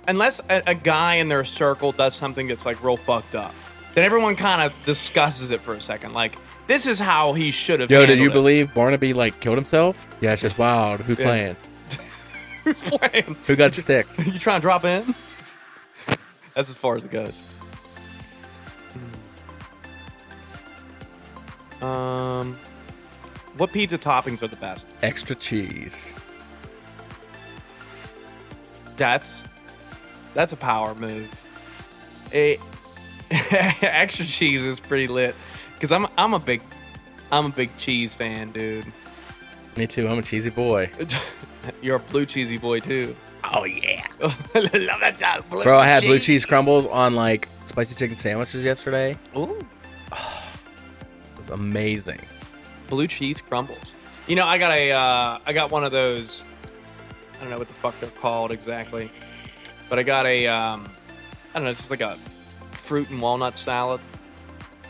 Speaker 1: unless a, a guy in their circle does something that's like real fucked up, then everyone kind of discusses it for a second. Like this is how he should have.
Speaker 2: Yo, did
Speaker 1: handled
Speaker 2: you
Speaker 1: it.
Speaker 2: believe Barnaby like killed himself? Yeah, it's just wild. Who playing?
Speaker 1: Playing.
Speaker 2: Who got the sticks?
Speaker 1: you trying to drop in? That's as far as it goes. Um, what pizza toppings are the best?
Speaker 2: Extra cheese.
Speaker 1: That's that's a power move. It, extra cheese is pretty lit because I'm I'm a big I'm a big cheese fan, dude.
Speaker 2: Me too. I'm a cheesy boy,
Speaker 1: You're a blue cheesy boy too.
Speaker 3: Oh, yeah.
Speaker 1: Love that type of blue
Speaker 2: bro. I had blue cheese crumbles on like spicy chicken sandwiches yesterday.
Speaker 1: Ooh.
Speaker 2: It was was amazing.
Speaker 1: blue cheese crumbles. You know, I got a, uh, I got one of those. I don't know what the fuck they're called exactly, but I got a, um, I don't know, it's just like a fruit and walnut salad,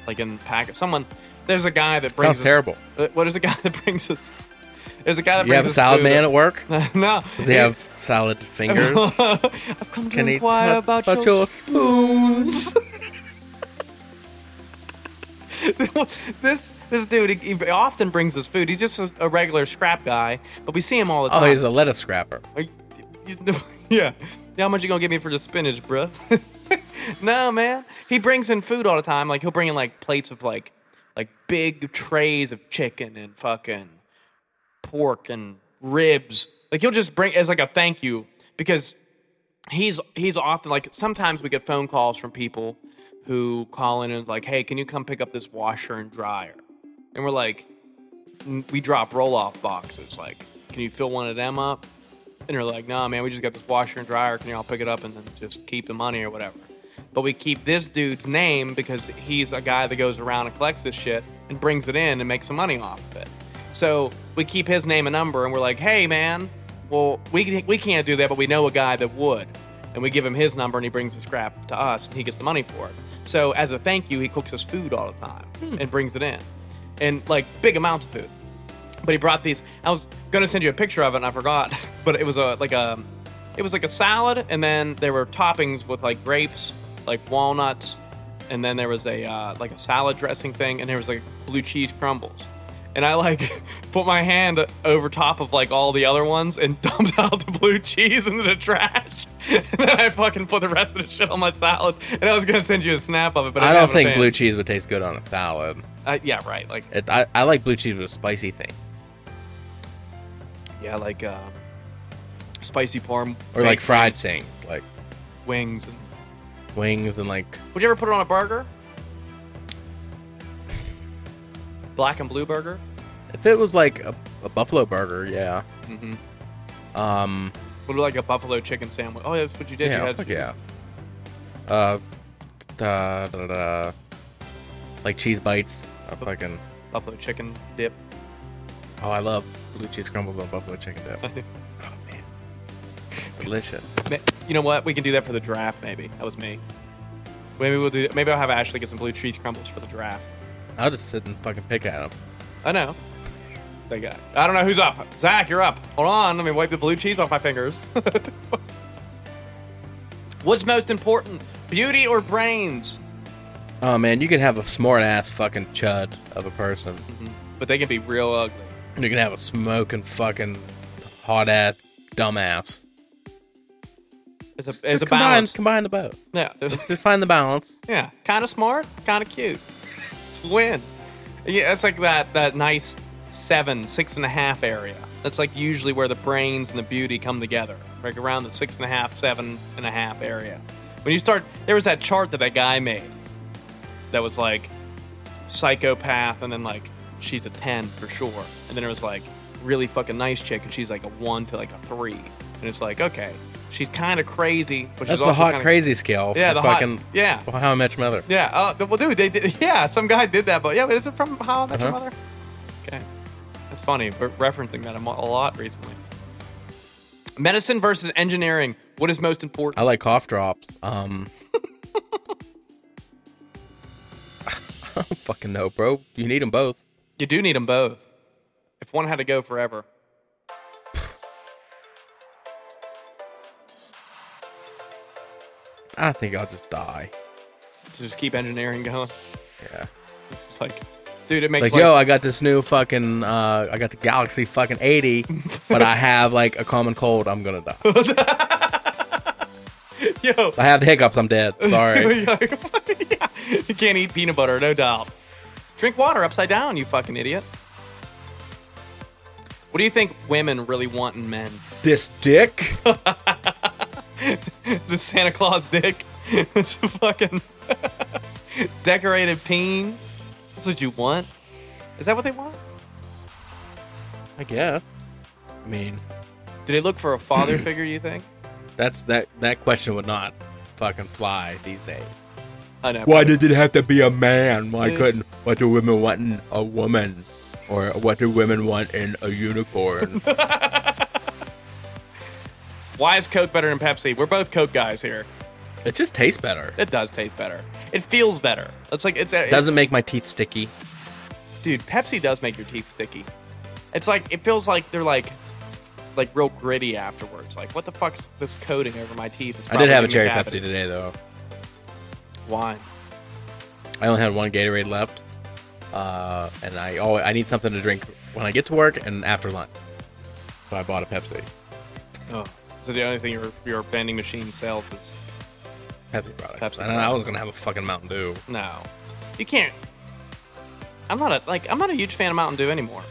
Speaker 1: like in packet. Someone, there's a guy that brings.
Speaker 2: Sounds
Speaker 1: us-
Speaker 2: terrible.
Speaker 1: uh, What is the guy that brings us? There's a guy that
Speaker 2: You
Speaker 1: brings
Speaker 2: have a
Speaker 1: us
Speaker 2: salad
Speaker 1: food.
Speaker 2: man at work?
Speaker 1: no,
Speaker 2: Does he have salad fingers?
Speaker 1: I've come to
Speaker 2: Can he
Speaker 1: inquire about,
Speaker 2: touch touch
Speaker 1: your
Speaker 2: your spoons?
Speaker 1: this this dude he, he often brings us food. He's just a, a regular scrap guy, but we see him all the time.
Speaker 2: Oh, he's a lettuce scrapper.
Speaker 1: Are you- you- yeah. Yeah, How much you gonna give me for the spinach, bruh? no, man. He brings in food all the time. Like he'll bring in like plates of like like big trays of chicken and fucking pork and ribs. Like he'll just bring as like a thank you because he's he's often like sometimes we get phone calls from people who call in and like, hey, can you come pick up this washer and dryer? And we're like, n- we drop roll off boxes. Like, can you fill one of them up? And they're like, nah, man, we just got this washer and dryer. Can y'all pick it up and then just keep the money or whatever? But we keep this dude's name because he's a guy that goes around and collects this shit and brings it in and makes some money off of it. So we keep his name and number and we're like, hey, man, well, we, can, we can't do that, but we know a guy that would. And we give him his number and he brings the scrap to us and he gets the money for it. So as a thank you, he cooks us food all the time and brings it in. And like big amounts of food but he brought these. I was gonna send you a picture of it, and I forgot. But it was a like a, it was like a salad, and then there were toppings with like grapes, like walnuts, and then there was a uh, like a salad dressing thing, and there was like blue cheese crumbles. And I like put my hand over top of like all the other ones and dumped out the blue cheese into the trash. and then I fucking put the rest of the shit on my salad. And I was gonna send you a snap of it, but
Speaker 2: I
Speaker 1: didn't have
Speaker 2: don't
Speaker 1: it
Speaker 2: think
Speaker 1: in
Speaker 2: blue
Speaker 1: advance.
Speaker 2: cheese would taste good on a salad.
Speaker 1: Uh, yeah, right. Like
Speaker 2: It, I, I like blue cheese with spicy thing,
Speaker 1: yeah, like uh, spicy parm
Speaker 2: or like
Speaker 1: bacon.
Speaker 2: fried things, like
Speaker 1: wings. And,
Speaker 2: wings and like
Speaker 1: would you ever put it on a burger? Black and blue burger.
Speaker 2: if it was like a, a buffalo burger, yeah.
Speaker 1: Mm-hmm.
Speaker 2: Um,
Speaker 1: Would it like a buffalo chicken sandwich? Oh, yeah, that's what you did.
Speaker 2: yeah,
Speaker 1: you had
Speaker 2: fuck yeah. Uh, da, da, da, like cheese bites. I fucking
Speaker 1: buffalo chicken dip.
Speaker 2: oh, I love blue cheese crumbles on buffalo chicken dip. oh man, delicious.
Speaker 1: Ma- You know what? We can do that for the draft. Maybe that was me. Maybe we'll do. Maybe I'll have Ashley get some blue cheese crumbles for the draft.
Speaker 2: I'll just sit and fucking pick at them.
Speaker 1: I know. They got. I don't know who's up. Zach, you're up. Hold on. Let me wipe the blue cheese off my fingers. What's most important, beauty or brains?
Speaker 2: Oh man, you can have a smart ass fucking chud of a person.
Speaker 1: But they can be real ugly.
Speaker 2: You can have a smoking fucking hot ass dumbass.
Speaker 1: It's a it's
Speaker 2: Just
Speaker 1: a
Speaker 2: combine,
Speaker 1: balance.
Speaker 2: combine the both.
Speaker 1: Yeah, there's-
Speaker 2: Just find the balance.
Speaker 1: yeah. Kind of smart, kind of cute. It's a win. Yeah, it's like that that nice seven, six and a half area. That's like usually where the brains and the beauty come together, like around the six and a half, seven and a half area. When you start, there was that chart that that guy made that was like psychopath, and then like she's a ten for sure, and then it was like really fucking nice chick, and she's like a one to like a three, and it's like okay, she's kind of crazy, but she's
Speaker 2: That's the
Speaker 1: also
Speaker 2: hot
Speaker 1: kinda-
Speaker 2: crazy scale.
Speaker 1: Yeah,
Speaker 2: for
Speaker 1: the
Speaker 2: fucking.
Speaker 1: hot. Yeah,
Speaker 2: Well, How I Met Your Mother.
Speaker 1: yeah. Uh, th- well, dude, they did. Yeah, some guy did that, but yeah, but is it from How I Met Your
Speaker 2: Uh-huh.
Speaker 1: Mother? Okay, that's funny. We're referencing that a, mo- a lot recently. Medicine versus engineering. What is most
Speaker 2: I
Speaker 1: important?
Speaker 2: like cough drops. Um, I don't fucking know, bro. You need them both.
Speaker 1: You do need them both. If one had to go forever,
Speaker 2: I think I'll just die.
Speaker 1: to just keep engineering going.
Speaker 2: Yeah.
Speaker 1: It's just like, dude, it makes
Speaker 2: Like,
Speaker 1: life-
Speaker 2: yo, I got this new fucking, uh, I got the Galaxy fucking 80, but I have like a common cold. I'm gonna die.
Speaker 1: yo.
Speaker 2: I have the hiccups. I'm dead. Sorry.
Speaker 1: yeah. You can't eat peanut butter, no doubt. Drink water upside down, you fucking idiot. What do you think women really want in men?
Speaker 4: This dick?
Speaker 1: the Santa Claus dick. it's a fucking decorated peen. That's what you want. Is that what they want?
Speaker 2: I guess. I mean,
Speaker 1: Do they look for a father figure? You think?
Speaker 2: that's that. That question would not fucking fly these days.
Speaker 1: I know.
Speaker 2: Why did it have to be a man? Why couldn't? What do women want in a woman? Or what do women want in a unicorn?
Speaker 1: Why is Coke better than Pepsi? We're both Coke guys here.
Speaker 2: it just tastes better.
Speaker 1: It does taste better. It feels better. It's like it's it,
Speaker 2: Doesn't make my teeth sticky.
Speaker 1: dude. Pepsi does make your teeth sticky. It's like it feels like they're like like real gritty afterwards. Like what the fuck's this coating over my teeth? It's
Speaker 2: I did
Speaker 1: probably
Speaker 2: have a
Speaker 1: giving me
Speaker 2: cherry Pepsi
Speaker 1: cavities.
Speaker 2: today though.
Speaker 1: Why?
Speaker 2: I only had one Gatorade left, uh, and I always, I need something to drink when I get to work and after lunch. So I bought a Pepsi.
Speaker 1: Oh, so the only thing your your vending machine sells is
Speaker 2: Pepsi product.
Speaker 1: Pepsi
Speaker 2: and I was gonna have a fucking Mountain Dew.
Speaker 1: no. You can't. I'm not a like I'm not a huge fan of Mountain Dew anymore.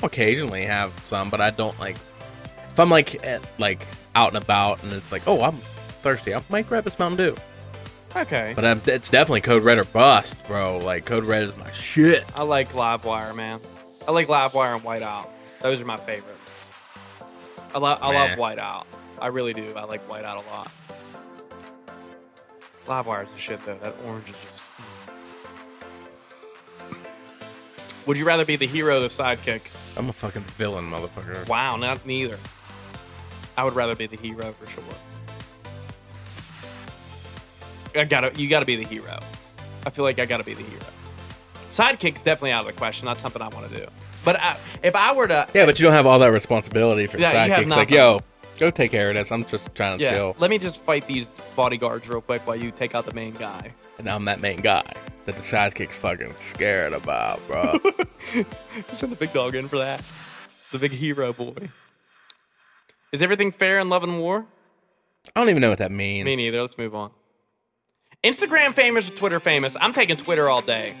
Speaker 2: I'll occasionally have some, but I don't like. If I'm like at, like out and about and it's like, oh, I'm thirsty, I might grab this Mountain Dew.
Speaker 1: Okay.
Speaker 2: But I'm, it's definitely Code Red or bust, bro. Like Code Red is my shit.
Speaker 1: I like Livewire, man. I like Livewire and White Owl. Those are my favorite. I, lo- I
Speaker 2: Meh.
Speaker 1: love White Owl. I really do. I like White Owl a lot. Livewire's the shit, though. That orange is just. mm. Would you rather be the hero or the sidekick?
Speaker 2: I'm a fucking villain, motherfucker.
Speaker 1: Wow, not neither. I would rather be the hero for sure. I gotta, you gotta be the hero. I feel like I gotta be the hero. Sidekick's definitely out of the question. Not something I want to do. But I, if I were to,
Speaker 2: Yeah, but you don't have all that responsibility for your
Speaker 1: Yeah, you have
Speaker 2: sidekicks. Like,
Speaker 1: nothing.
Speaker 2: yo, go take care of this. I'm just trying to
Speaker 1: yeah,
Speaker 2: chill,
Speaker 1: let me just fight these bodyguards real quick while you take out the main guy.
Speaker 2: and I'm that main guy that the sidekick's fucking scared about, bro.
Speaker 1: Send the big dog in for that. The big hero boy. Is everything fair in love and war?
Speaker 2: I don't even know what that means.
Speaker 1: Me neither. Let's move on. Instagram famous or Twitter famous? I'm taking Twitter all day.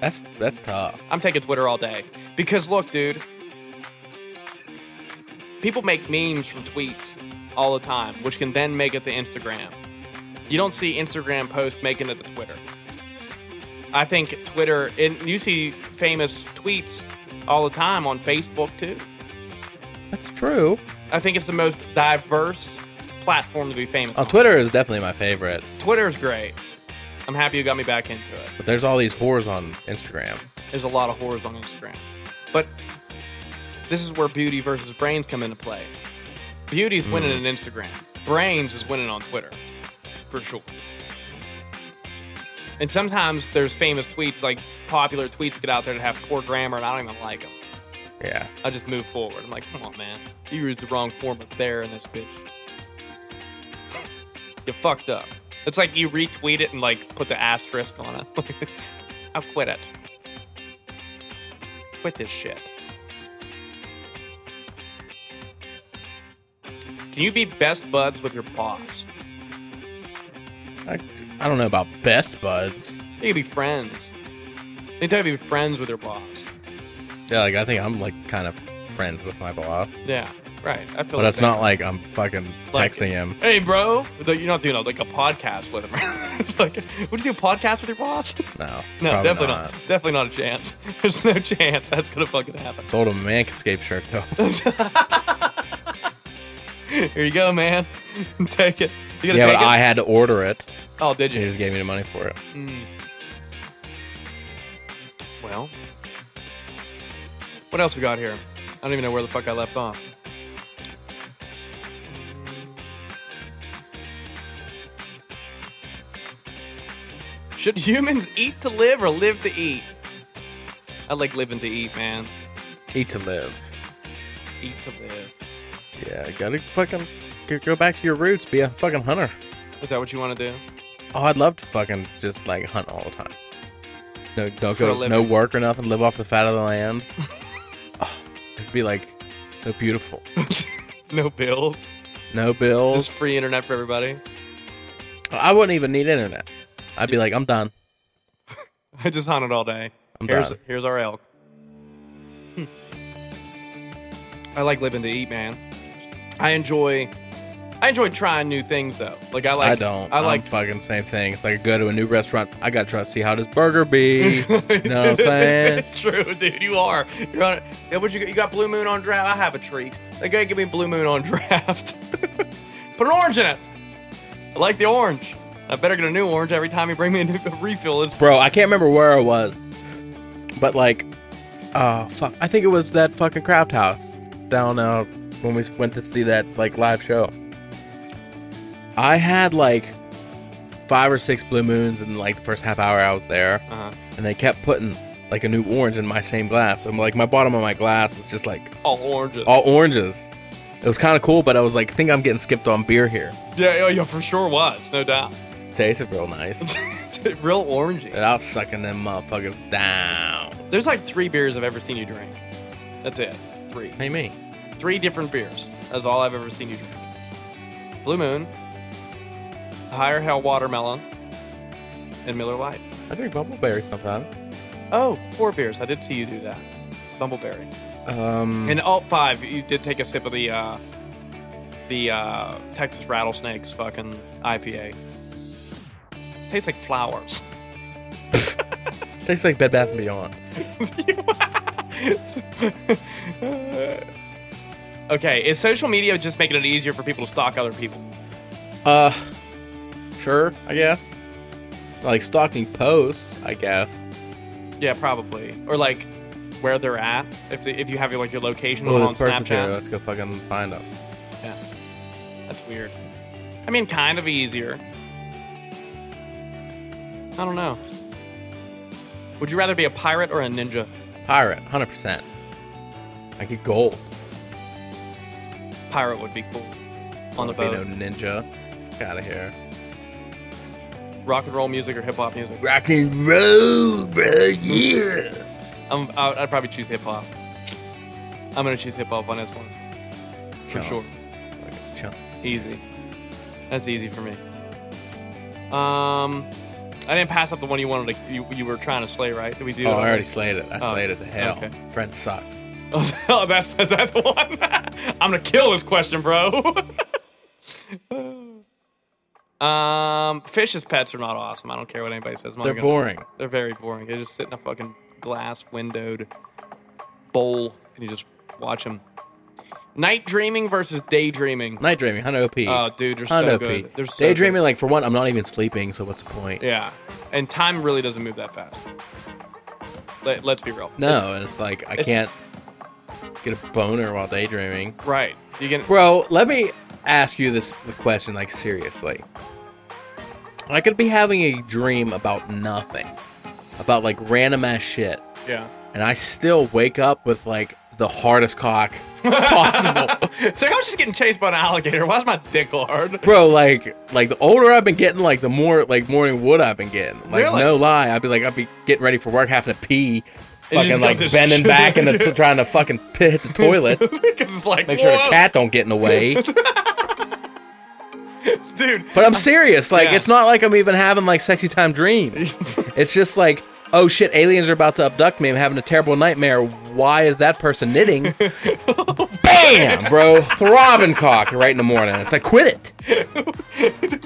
Speaker 2: That's that's tough.
Speaker 1: I'm taking Twitter all day because look, dude, people make memes from tweets all the time, which can then make it to Instagram. You don't see Instagram posts making it to Twitter. I think Twitter, and you see famous tweets all the time on Facebook too.
Speaker 2: That's true.
Speaker 1: I think it's the most diverse platform to be famous.
Speaker 2: Oh,
Speaker 1: on.
Speaker 2: Twitter is definitely my favorite,
Speaker 1: Twitter's great. I'm happy you got me back into it.
Speaker 2: but there's all these whores on Instagram.
Speaker 1: there's a lot of horrors on Instagram. But this is where beauty versus brains come into play. Beauty's winning on Instagram. Brains is winning on Twitter, for sure. And sometimes there's famous tweets, like popular tweets get out there that have poor grammar, and I don't even like them.
Speaker 2: Yeah,
Speaker 1: I just move forward. I'm like, come on, man. You used the wrong form of there in this bitch. You fucked up. It's like you retweet it and like put the asterisk on it. I'll quit it. Quit this shit. Can you be best buds with your boss?
Speaker 2: I, I don't know about best buds.
Speaker 1: You could be friends. You could be friends with your boss.
Speaker 2: Yeah, like I think I'm like kind of friends with my boss,
Speaker 1: Yeah, right. I feel
Speaker 2: but
Speaker 1: the
Speaker 2: it's
Speaker 1: same.
Speaker 2: not like I'm fucking
Speaker 1: Like-
Speaker 2: texting him.
Speaker 1: Hey, bro. Though You're not doing like a podcast with him. it's like, would you do a podcast with your boss?
Speaker 2: No,
Speaker 1: No,
Speaker 2: probably
Speaker 1: definitely not. Definitely not a chance. There's no chance that's gonna fucking happen.
Speaker 2: Sold him a Manscaped shirt though.
Speaker 1: Here you go, man. take it. You gonna
Speaker 2: yeah,
Speaker 1: take
Speaker 2: but
Speaker 1: it?
Speaker 2: I had to order it.
Speaker 1: oh, did
Speaker 2: He
Speaker 1: you?
Speaker 2: just gave me the money for it.
Speaker 1: Well, what else we got here? I don't even know where the fuck I left off. Should humans eat to live or live to eat? I like living to eat, man.
Speaker 2: Eat to live.
Speaker 1: Eat to live.
Speaker 2: Yeah, gotta fucking go- go back to your roots. Be a fucking hunter.
Speaker 1: Is that what you want to do?
Speaker 2: Oh, I'd love to fucking just like hunt all the time. No, don't
Speaker 1: For a
Speaker 2: go,
Speaker 1: living.
Speaker 2: no work or nothing. Live off the fat of the land. Oh, it'd be like so beautiful.
Speaker 1: No bills.
Speaker 2: No bills.
Speaker 1: Just free internet for everybody.
Speaker 2: I wouldn't even need internet. I'd be like, I'm done.
Speaker 1: I just hunted all day.
Speaker 2: I'm
Speaker 1: here's
Speaker 2: done.
Speaker 1: here's our elk. Hmm. I like living to eat, man. I enjoy I enjoy trying new things though. Like I like
Speaker 2: I don't.
Speaker 1: I
Speaker 2: I'm
Speaker 1: like
Speaker 2: fucking same thing. It's like I go to a new restaurant. I gotta try to see how this burger be. you know what I'm saying?
Speaker 1: it's true, dude. You are. You're on. Yeah, what you got? You got blue moon on draft. I have a treat. They gotta give me blue moon on draft. Put an orange in it. I like the orange. I better get a new orange every time you bring me a new a refill. It's
Speaker 2: bro. I can't remember where I was, but like, oh fuck, I think it was that fucking Craft House down uh, when we went to see that like live show. I had like five or six blue moons in like the first half hour I was there,
Speaker 1: Uh-huh.
Speaker 2: and they kept putting like a new orange in my same glass. I'm like, my bottom of my glass was just like
Speaker 1: all oranges.
Speaker 2: all oranges. It was kind of cool, but I was like, think I'm getting skipped on beer here.
Speaker 1: Yeah, yeah, yeah, for sure was, no doubt.
Speaker 2: Tasted real nice.
Speaker 1: Real orangey.
Speaker 2: And I was sucking them motherfuckers down.
Speaker 1: There's like three beers I've ever seen you drink. That's it. Three.
Speaker 2: Hey, me.
Speaker 1: Three different beers. That's all I've ever seen you drink. Blue Moon, Higher Hell Watermelon, and Miller Lite.
Speaker 2: I drink bumbleberry sometimes.
Speaker 1: Oh, four beers. I did see you do that. Bumbleberry.
Speaker 2: Um,
Speaker 1: And all five, you did take a sip of the uh, the uh, Texas Rattlesnakes fucking IPA. Tastes like flowers.
Speaker 2: tastes like Bed Bath and Beyond.
Speaker 1: Okay, is social media just making it easier for people to stalk other people?
Speaker 2: Uh, sure, I guess. Like stalking posts, I guess.
Speaker 1: Yeah, probably. Or like where they're at. If, if you have your like your location
Speaker 2: Oh,
Speaker 1: on
Speaker 2: this person's here.
Speaker 1: Snapchat,
Speaker 2: Let's go fucking find them.
Speaker 1: that's weird. I mean, kind of easier. I don't know. Would you rather be a pirate or a ninja?
Speaker 2: Pirate, hundred percent. I get gold.
Speaker 1: Pirate would be cool. On the
Speaker 2: Be no
Speaker 1: boat,
Speaker 2: ninja. Out of here.
Speaker 1: rock and roll music or hip hop music.
Speaker 2: Rock and roll, bro. Yeah.
Speaker 1: I'm, Um, I- I'd probably choose hip hop. I'm gonna choose hip hop on this one for
Speaker 2: Chump.
Speaker 1: sure.
Speaker 2: Chump.
Speaker 1: Easy. That's easy for me. Um, I didn't pass up the one you wanted to. You, you were trying to slay, right? Did we do?
Speaker 2: Oh,
Speaker 1: it
Speaker 2: I already slayed it. I
Speaker 1: Oh,
Speaker 2: slayed it to hell.
Speaker 1: okay.
Speaker 2: Friend sucks.
Speaker 1: Oh, that's is that the one. I'm gonna kill this question, bro. um, fish as pets are not awesome. I don't care what anybody says. I'm not
Speaker 2: They're
Speaker 1: gonna-
Speaker 2: boring.
Speaker 1: They're very boring. They just sit in a fucking glass windowed bowl and you just watch them. Night dreaming versus daydreaming.
Speaker 2: Night dreaming, 100 OP.
Speaker 1: Oh, dude, they're so
Speaker 2: 100
Speaker 1: good. They're so
Speaker 2: Daydreaming,
Speaker 1: good.
Speaker 2: like, for one, I'm not even sleeping, so what's the point?
Speaker 1: Yeah, and time really doesn't move that fast. Let, let's be real.
Speaker 2: No, and it's like, I
Speaker 1: it's-
Speaker 2: can't get a boner while daydreaming.
Speaker 1: right? You can.
Speaker 2: Bro, let me ask you this question, like, seriously. I could be having a dream about nothing, about, like, random ass shit,
Speaker 1: Yeah.
Speaker 2: and I still wake up with, like, the hardest cock possible.
Speaker 1: It's like I was just getting chased by an alligator. Why's my dick hard?
Speaker 2: bro like like the older i've been getting like the more like morning wood i've been getting like
Speaker 1: Really?
Speaker 2: no lie i'd be like i'd be getting ready for work having to pee
Speaker 1: And you just got
Speaker 2: fucking like
Speaker 1: this
Speaker 2: bending
Speaker 1: shit.
Speaker 2: back and t- trying to fucking p- hit the toilet
Speaker 1: Because it's like
Speaker 2: make sure the
Speaker 1: whoa,
Speaker 2: cat don't get in the way but
Speaker 1: dude.
Speaker 2: i'm serious like
Speaker 1: Yeah.
Speaker 2: it's not like i'm even having like sexy time dreams it's just like oh shit aliens are about to abduct me i'm having a terrible nightmare why is that person knitting bam bro throbbing cock right in the morning it's like quit it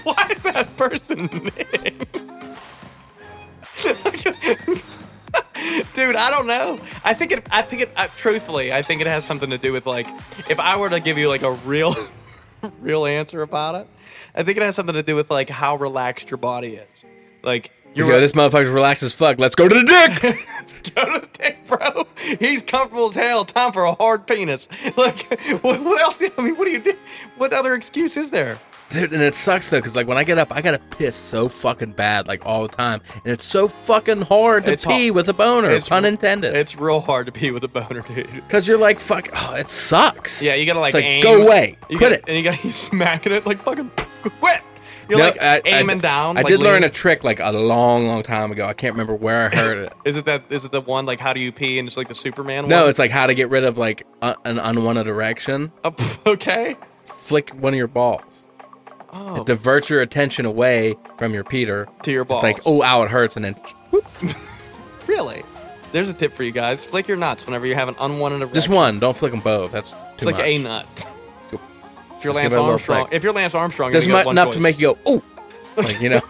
Speaker 1: Why is that person knitting? Dude, I don't know. I think it. I think it. I, truthfully, I think it has something to do with like, if I were to give you like a real, real answer about it, I think it has something to do with like how relaxed your body is. Like
Speaker 2: you go this motherfucker's relaxed as fuck let's go to the dick
Speaker 1: Let's go to the dick, bro. He's comfortable as hell. Time for a hard penis. Like, what, what else? I mean, what do you do? What other excuse is there?
Speaker 2: Dude, and it sucks though, because like when I get up, I gotta piss so fucking bad, like all the time, and it's so fucking hard to
Speaker 1: It's
Speaker 2: pee
Speaker 1: hard.
Speaker 2: with a boner, pun intended.
Speaker 1: It's real hard to pee with a boner, dude.
Speaker 2: Because you're like, fuck, oh, it sucks.
Speaker 1: Yeah, you gotta like,
Speaker 2: It's like,
Speaker 1: aim.
Speaker 2: go away,
Speaker 1: You
Speaker 2: quit
Speaker 1: gotta-
Speaker 2: it.
Speaker 1: And you gotta you smacking it like fucking quit. You're
Speaker 2: No,
Speaker 1: like
Speaker 2: I- I-
Speaker 1: aiming down.
Speaker 2: I
Speaker 1: like,
Speaker 2: did learn a
Speaker 1: leaning.
Speaker 2: trick like a long, long time ago. I can't remember where I heard it.
Speaker 1: Is it that? Is it the one like how do you pee and it's like the Superman
Speaker 2: No,
Speaker 1: one?
Speaker 2: it's like how to get rid of like a- an unwanted erection.
Speaker 1: Oh, pff, okay.
Speaker 2: Flick one of your balls.
Speaker 1: Oh,
Speaker 2: Divert your attention away from your Peter.
Speaker 1: to your balls.
Speaker 2: It's like, oh, ow, it hurts, and then
Speaker 1: really? There's a tip for you guys. Flick your nuts whenever you have an unwanted erection.
Speaker 2: just one. Don't flick them both. That's too
Speaker 1: It's like
Speaker 2: much.
Speaker 1: a nut.
Speaker 2: Cool.
Speaker 1: If you're Lance
Speaker 2: Let's give it a little
Speaker 1: Armstrong,
Speaker 2: flick.
Speaker 1: if you're Lance Armstrong,
Speaker 2: There's
Speaker 1: you only
Speaker 2: mu-
Speaker 1: got one
Speaker 2: enough to
Speaker 1: choice.
Speaker 2: make you go, oh, like you know.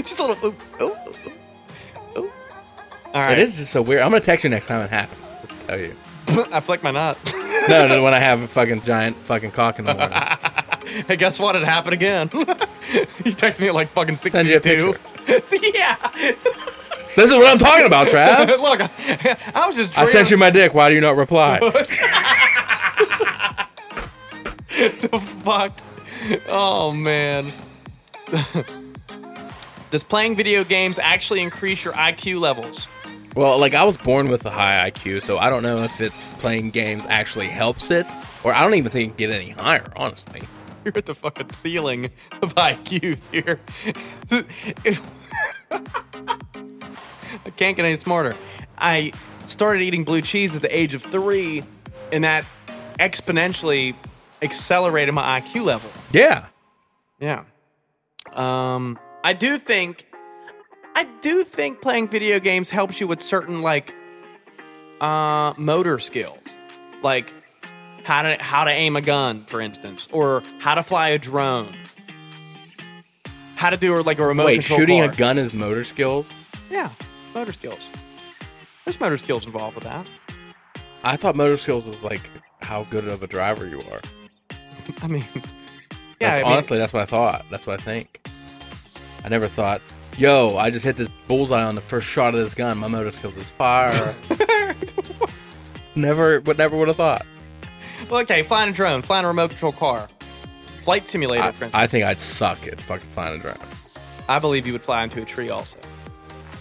Speaker 1: just a little. Ooh, ooh, ooh, ooh, ooh. All right,
Speaker 2: It is just so weird. I'm gonna text you next time it happens. I'll Tell you.
Speaker 1: I flick my nut.
Speaker 2: No, no, when I have a fucking giant fucking cock in the morning.
Speaker 1: And guess what? It happened again. he texted me at like fucking six
Speaker 2: Send you a picture.
Speaker 1: yeah.
Speaker 2: This is what I'm talking about, Trav.
Speaker 1: Look, I, I was just.
Speaker 2: I sent you my dick. Why do you not reply?
Speaker 1: the fuck? Oh man. Does playing video games actually increase your IQ levels?
Speaker 2: Well, like I was born with a high IQ, so I don't know if it playing games actually helps it, or I don't even think it can get any higher, honestly.
Speaker 1: You're at the fucking ceiling of IQs here. I can't get any smarter. I started eating blue cheese at the age of three, and that exponentially accelerated my IQ level.
Speaker 2: Yeah.
Speaker 1: Yeah. Um, I do think, I do think playing video games helps you with certain like, uh, motor skills, like how to how to aim a gun, for instance, or how to fly a drone, how to do or like a remote.
Speaker 2: Wait,
Speaker 1: control
Speaker 2: shooting
Speaker 1: car.
Speaker 2: a gun is motor skills?
Speaker 1: Yeah, motor skills. There's motor skills involved with that.
Speaker 2: I thought motor skills was like how good of a driver you are.
Speaker 1: I mean, yeah,
Speaker 2: That's
Speaker 1: I mean,
Speaker 2: honestly that's what I thought. That's what I think. I never thought, yo, I just hit this bullseye on the first shot of this gun. My motor skills is fire. never, but never would have thought.
Speaker 1: well, okay, flying a drone, flying a remote control car, flight simulator.
Speaker 2: I,
Speaker 1: for instance.
Speaker 2: I think I'd suck at fucking flying a drone.
Speaker 1: I believe you would fly into a tree also.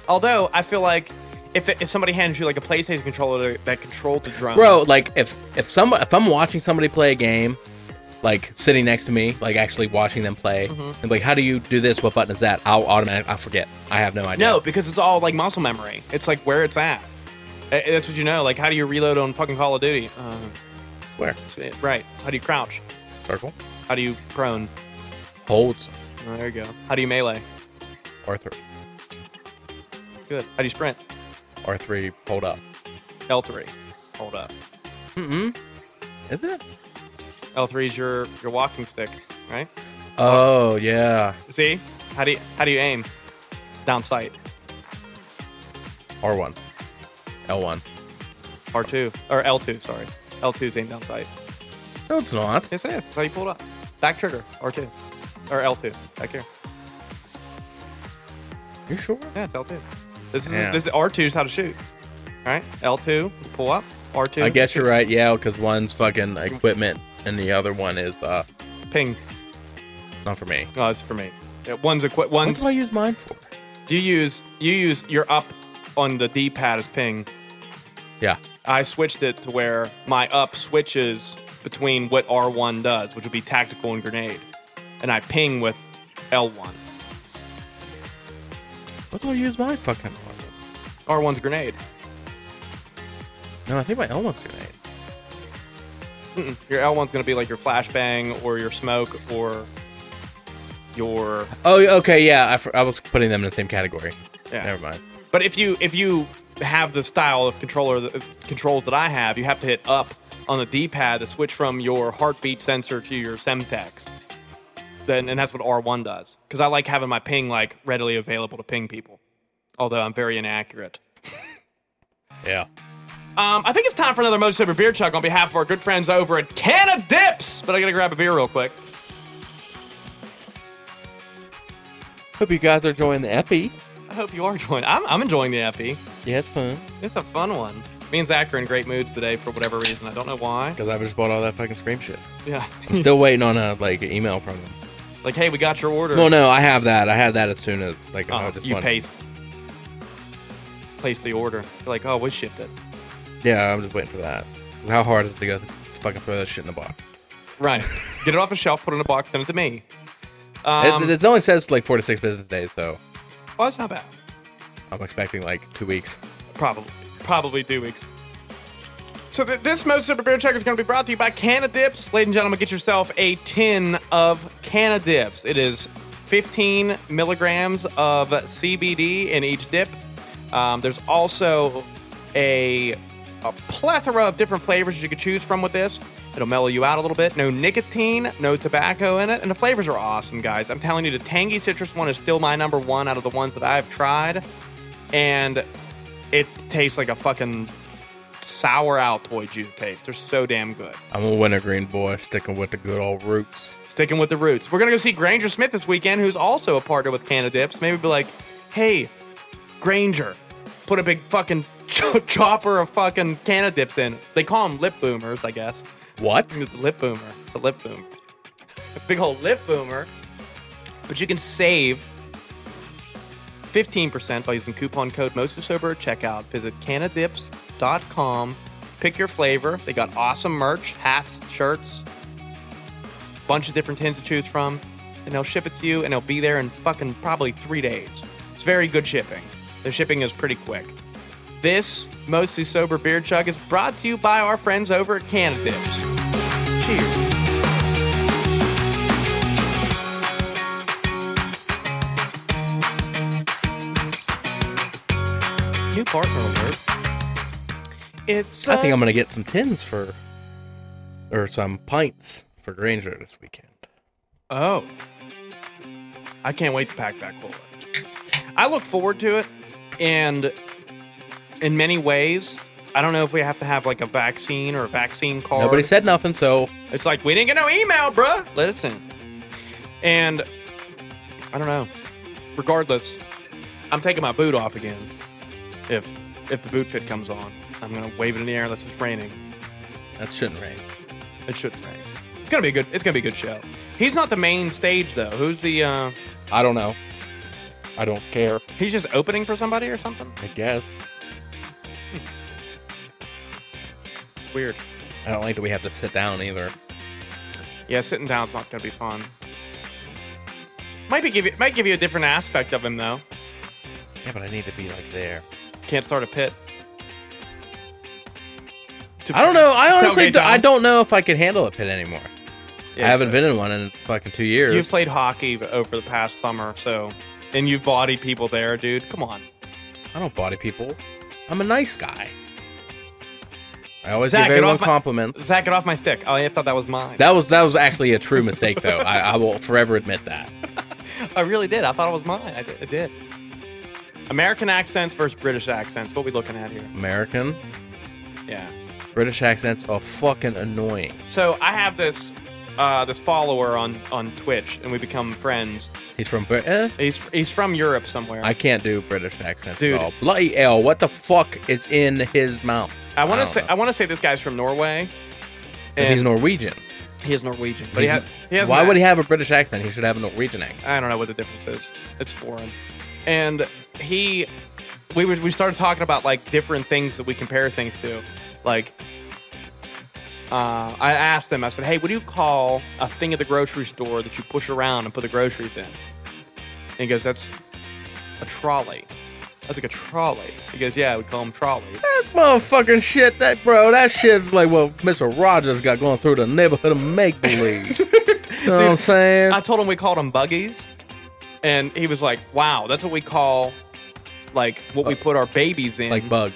Speaker 1: Although I feel like if, if somebody hands you like a PlayStation controller that controlled the drone,
Speaker 2: bro like if if some if i'm watching somebody play a game like sitting next to me like actually watching them play
Speaker 1: Mm-hmm.
Speaker 2: and like how do you do this what button is that i'll automatically i forget i have no idea
Speaker 1: no, because it's all like muscle memory. It's like where it's at. Eh, eh, That's what you know. Like how do you reload on fucking Call of Duty? Uh,
Speaker 2: where
Speaker 1: eh, right. How do you crouch?
Speaker 2: circle
Speaker 1: How do you prone?
Speaker 2: holds
Speaker 1: Oh, there you go. How do you melee?
Speaker 2: r3
Speaker 1: Good. How do you sprint?
Speaker 2: r3 hold up
Speaker 1: L three. Hold up.
Speaker 2: is it
Speaker 1: L three is your your walking stick, right?
Speaker 2: oh yeah
Speaker 1: See? How do you how do you aim? Down sight.
Speaker 2: r1 l1
Speaker 1: R two or L two. Sorry. L two is aim down sight.
Speaker 2: no it's not
Speaker 1: Yes, it is. That's how you pull it up. Back trigger, R2. Or L2. Back here.
Speaker 2: you sure
Speaker 1: Yeah, it's L2. This is,
Speaker 2: Yeah.
Speaker 1: this is R2 is how to shoot. All right? L2, pull up. R2.
Speaker 2: i guess you're right yeah because one's fucking equipment and the other one is uh
Speaker 1: Ping.
Speaker 2: not for me
Speaker 1: Oh, it's for me. Yeah, one's a quick.
Speaker 2: what
Speaker 1: One's
Speaker 2: do i use mine for
Speaker 1: you use you use your up on the D pad as ping.
Speaker 2: yeah
Speaker 1: I switched it to where my up switches between what R1 does, which would be tactical and grenade, and I ping with L1.
Speaker 2: what do i use mine fucking for
Speaker 1: R1's grenade.
Speaker 2: no i think my l1's grenade
Speaker 1: Your L1's gonna be like your flashbang or your smoke or your
Speaker 2: Oh, okay, yeah. I, fr- I was putting them in the same category.
Speaker 1: Yeah.
Speaker 2: Never mind.
Speaker 1: But if you if you have the style of controller that, controls that I have, you have to hit up on the D-pad to switch from your heartbeat sensor to your Semtex. Then and that's what R1 does because I like having my ping like readily available to ping people, although I'm very inaccurate.
Speaker 2: Yeah.
Speaker 1: Um, I think it's time for another Mojo Super Beer Chuck on behalf of our good friends over at Canna Dips. But I gotta grab a beer real quick.
Speaker 2: Hope you guys are enjoying the epi.
Speaker 1: I hope you are enjoying. I'm, I'm enjoying the E. epi.
Speaker 2: Yeah, it's fun.
Speaker 1: It's a fun one. Me and Zach are in great moods today for whatever reason. I don't know why.
Speaker 2: Because I just bought all that fucking scream shit.
Speaker 1: Yeah.
Speaker 2: I'm still waiting on a like an email from them.
Speaker 1: like, hey, we got your order.
Speaker 2: No, no, I have that. I had that as soon as like I
Speaker 1: Oh,
Speaker 2: just
Speaker 1: you
Speaker 2: wanted-
Speaker 1: paste. Place the order. You're like, oh, we shipped it.
Speaker 2: Yeah, I'm just waiting for that. How hard is it to go fucking throw that shit in the box?
Speaker 1: Right. Get it off a shelf, put it in a box, send it to me.
Speaker 2: It-
Speaker 1: Um,
Speaker 2: it, only says like four to six business days, so
Speaker 1: oh, that's not bad.
Speaker 2: I'm expecting like two weeks.
Speaker 1: Probably. Probably two weeks. So th- this most super beer check is going to be brought to you by Canna Dips. Ladies and gentlemen, get yourself a tin of Canna Dips. It is 15 milligrams of CBD in each dip. Um, there's also a, a plethora of different flavors you can choose from with this. It'll mellow you out a little bit. No nicotine, no tobacco in it, and the flavors are awesome, guys. I'm telling you, the tangy citrus one is still my number one out of the ones that I've tried, and it tastes like a fucking sour Altoid juice taste. They're so damn good.
Speaker 2: I'm a wintergreen boy, sticking with the good old roots.
Speaker 1: Sticking with the roots. We're gonna go see Granger Smith this weekend, who's also a partner with Canada Dips. Maybe be like, hey, Granger, put a big fucking cho- chopper of fucking Canada Dips in. They call them lip boomers, I guess.
Speaker 2: What?
Speaker 1: It's a lip boomer. It's a lip boomer. A big old lip boomer. But you can save 15% by using coupon code MOSASOBER at checkout. Visit canadips.com. Pick your flavor. They got awesome merch, hats, shirts, bunch of different tins to choose from. And they'll ship it to you, and they'll be there in fucking probably three days. It's very good shipping. The shipping is pretty quick. This Mostly Sober Beer Chug is brought to you by our friends over at Canada Dips. Cheers. New partner alert. It's. uh,
Speaker 2: I think
Speaker 1: a-
Speaker 2: I'm gonna get some tins for, or some pints for Granger this weekend.
Speaker 1: Oh. I can't wait to pack that cooler. I look forward to it, and in many ways, I don't know if we have to have like a vaccine or a vaccine card.
Speaker 2: Nobody said nothing, so
Speaker 1: It's like we didn't get no email, bruh. Listen, and I don't know. Regardless, I'm taking my boot off again. If if the boot fit comes on, I'm gonna wave it in the air unless it's raining.
Speaker 2: that shouldn't rain.
Speaker 1: It shouldn't rain. It's gonna be a good. It's gonna be a good show. He's not the main stage though. Who's the? uh
Speaker 2: I don't know. I don't care.
Speaker 1: He's just opening for somebody or something.
Speaker 2: I guess.
Speaker 1: It's weird.
Speaker 2: I don't like that we have to sit down either.
Speaker 1: Yeah, sitting down's not gonna be fun. Might be give you, might give you a different aspect of him though.
Speaker 2: Yeah, but I need to be like there.
Speaker 1: Can't start a pit.
Speaker 2: I don't know. I honestly,
Speaker 1: Tailgate
Speaker 2: d- I
Speaker 1: down.
Speaker 2: don't know if I can handle a pit anymore. I haven't been in one in fucking two years.
Speaker 1: You've played hockey over the past summer, so and you've bodied people there, dude. Come on,
Speaker 2: I don't body people. I'm a nice guy. I always
Speaker 1: Zach,
Speaker 2: give
Speaker 1: get
Speaker 2: everyone
Speaker 1: off my-
Speaker 2: compliments.
Speaker 1: Zach, get off my stick. Oh, I thought that was mine.
Speaker 2: That was that was actually a true mistake, though. I, I will forever admit that.
Speaker 1: I really did. I thought it was mine. I did. I did. American accents versus British accents. What we looking at here?
Speaker 2: American
Speaker 1: Yeah.
Speaker 2: British accents are fucking annoying.
Speaker 1: So I have this uh, this follower on on Twitch, and we become friends.
Speaker 2: He's from Britain.
Speaker 1: He's he's from Europe somewhere.
Speaker 2: I can't do British accents
Speaker 1: Dude.
Speaker 2: at all. Bloody hell! What the fuck is in his mouth?
Speaker 1: I want to
Speaker 2: don't
Speaker 1: say uh,
Speaker 2: know.
Speaker 1: I want to say this guy's from Norway,
Speaker 2: And he's Norwegian.
Speaker 1: he is Norwegian, but he, ha-
Speaker 2: He's-
Speaker 1: he has.
Speaker 2: why
Speaker 1: an
Speaker 2: would he
Speaker 1: ac-
Speaker 2: have a British accent? He should have a Norwegian accent.
Speaker 1: I don't know what the difference is. It's foreign, and he we were, we started talking about like different things that we compare things to, like. Uh, I asked him. I said, "Hey, what do you call a thing at the grocery store that you push around and put the groceries in?" And he goes, "That's a trolley." I was like, "A trolley?" He goes, "Yeah, we call them trolleys."
Speaker 2: Motherfucking shit, that bro, that shit's like what Mr. Rogers got going through the neighborhood of make believe. you know what I'm saying?
Speaker 1: I told him we called them buggies, and he was like, "Wow, that's what we call like what we put our babies in."
Speaker 2: like bugs.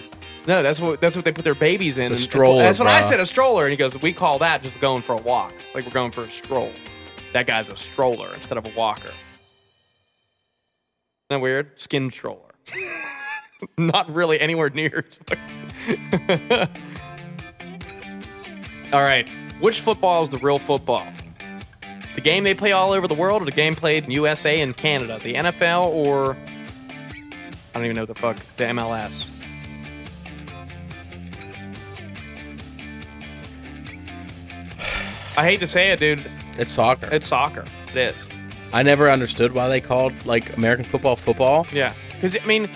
Speaker 1: no, that's what that's what they put their babies in.
Speaker 2: It's a
Speaker 1: and-
Speaker 2: stroller,
Speaker 1: That's what I
Speaker 2: bruh.
Speaker 1: said, a stroller. And he goes, "We call that just going for a walk, like we're going for a stroll." That guy's a stroller instead of a walker. Isn't that weird? Skin stroller. Not really anywhere near. all right, which football is the real football? The game they play all over the world, or the game played in USA and Canada? The NFL or I don't even know what the fuck the MLS. I hate to say it, dude.
Speaker 2: It's soccer.
Speaker 1: It's soccer. It is.
Speaker 2: I never understood why they called like American football football,
Speaker 1: Yeah, because I mean,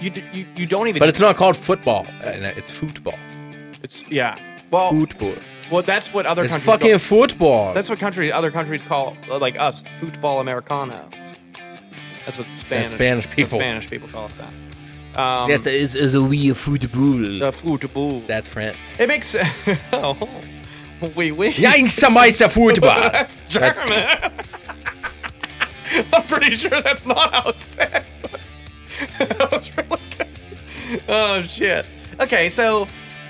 Speaker 1: you, d- you you don't even.
Speaker 2: but it's not called football. Uh, no, It's football.
Speaker 1: it's yeah. Well,
Speaker 2: Football.
Speaker 1: well, that's what other
Speaker 2: It's
Speaker 1: countries.
Speaker 2: fucking
Speaker 1: call-
Speaker 2: football.
Speaker 1: that's what countries other countries call uh, like us football americano. That's what Spanish
Speaker 2: Spanish
Speaker 1: that's
Speaker 2: people.
Speaker 1: Spanish people call us that. Um,
Speaker 2: Yes, it's, it's a real football.
Speaker 1: uh, football.
Speaker 2: That's French.
Speaker 1: It makes oh, we oui, oui.
Speaker 2: Yeah, somebody's a football.
Speaker 1: that's German. I'm pretty sure that's not how it's said. that was really good. Oh shit. Okay, so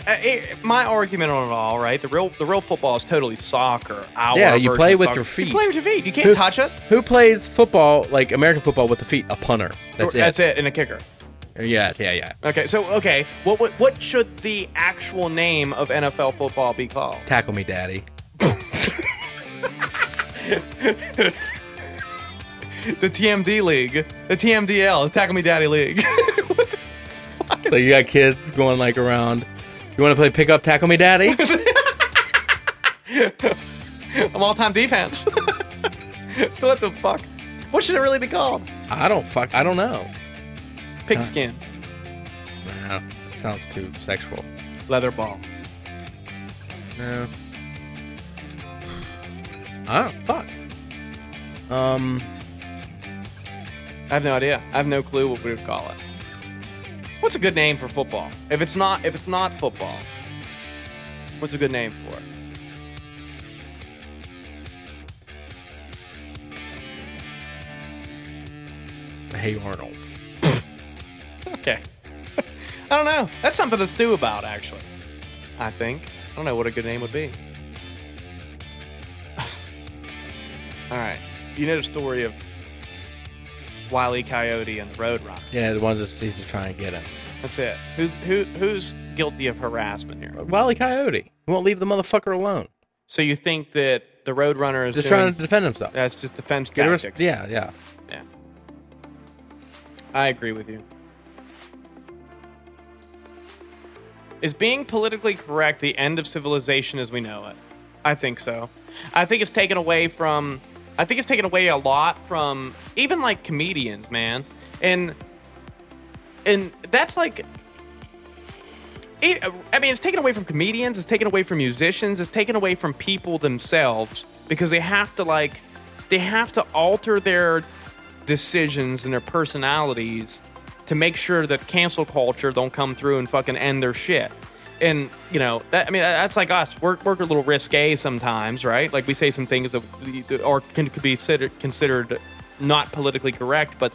Speaker 1: uh, it, my argument on it all, right? The real the real football is totally soccer. Our
Speaker 2: Yeah, you
Speaker 1: version
Speaker 2: play
Speaker 1: of
Speaker 2: with
Speaker 1: soccer.
Speaker 2: your feet.
Speaker 1: You play with your feet. You can't touch it.
Speaker 2: Who plays football like American football with the feet? A punter. That's it.
Speaker 1: That's it, and a kicker.
Speaker 2: Yeah, yeah, yeah.
Speaker 1: Okay, so okay, what what, what should the actual name of NFL football be called?
Speaker 2: Tackle me, daddy.
Speaker 1: The TMD League, the TMDL, Tackle Me Daddy League.
Speaker 2: So you got kids going like around. You want to play pickup tackle me, daddy?
Speaker 1: I'm all time defense. what the fuck? What should it really be called?
Speaker 2: I don't fuck. I don't know.
Speaker 1: Pigskin,
Speaker 2: No, it sounds too sexual.
Speaker 1: leather ball.
Speaker 2: No. I don't fuck. Um,
Speaker 1: I have no idea. I have no clue what we would call it. What's a good name for football? If it's not if it's not football, what's a good name for it?
Speaker 2: hey Arnold.
Speaker 1: Okay. I don't know. That's something to stew about, actually. I think. I don't know what a good name would be. All right. You know the story of Wiley Coyote and the Road Runner.
Speaker 2: Yeah, the ones that needs to try and get him.
Speaker 1: That's it. Who's who? Who's guilty of harassment here?
Speaker 2: Wally E. Coyote. He won't leave the motherfucker alone.
Speaker 1: So you think that the Road Runner is
Speaker 2: Just
Speaker 1: doing-
Speaker 2: trying to defend himself.
Speaker 1: That's just defense
Speaker 2: Get a
Speaker 1: tactics.
Speaker 2: res- yeah, yeah.
Speaker 1: Yeah. I agree with you. Is being politically correct the end of civilization as we know it? I think so. I think it's taken away from I think it's taken away a lot from even like comedians, man. And and that's like it, I mean, it's taken away from comedians, it's taken away from musicians, it's taken away from people themselves because they have to like they have to alter their decisions and their personalities to make sure that cancel culture don't come through and fucking end their shit. And you know, that, I mean, that- that's like us. We're, we're a little risque sometimes, right? Like we say some things that we- that are can could be considered considered not politically correct, but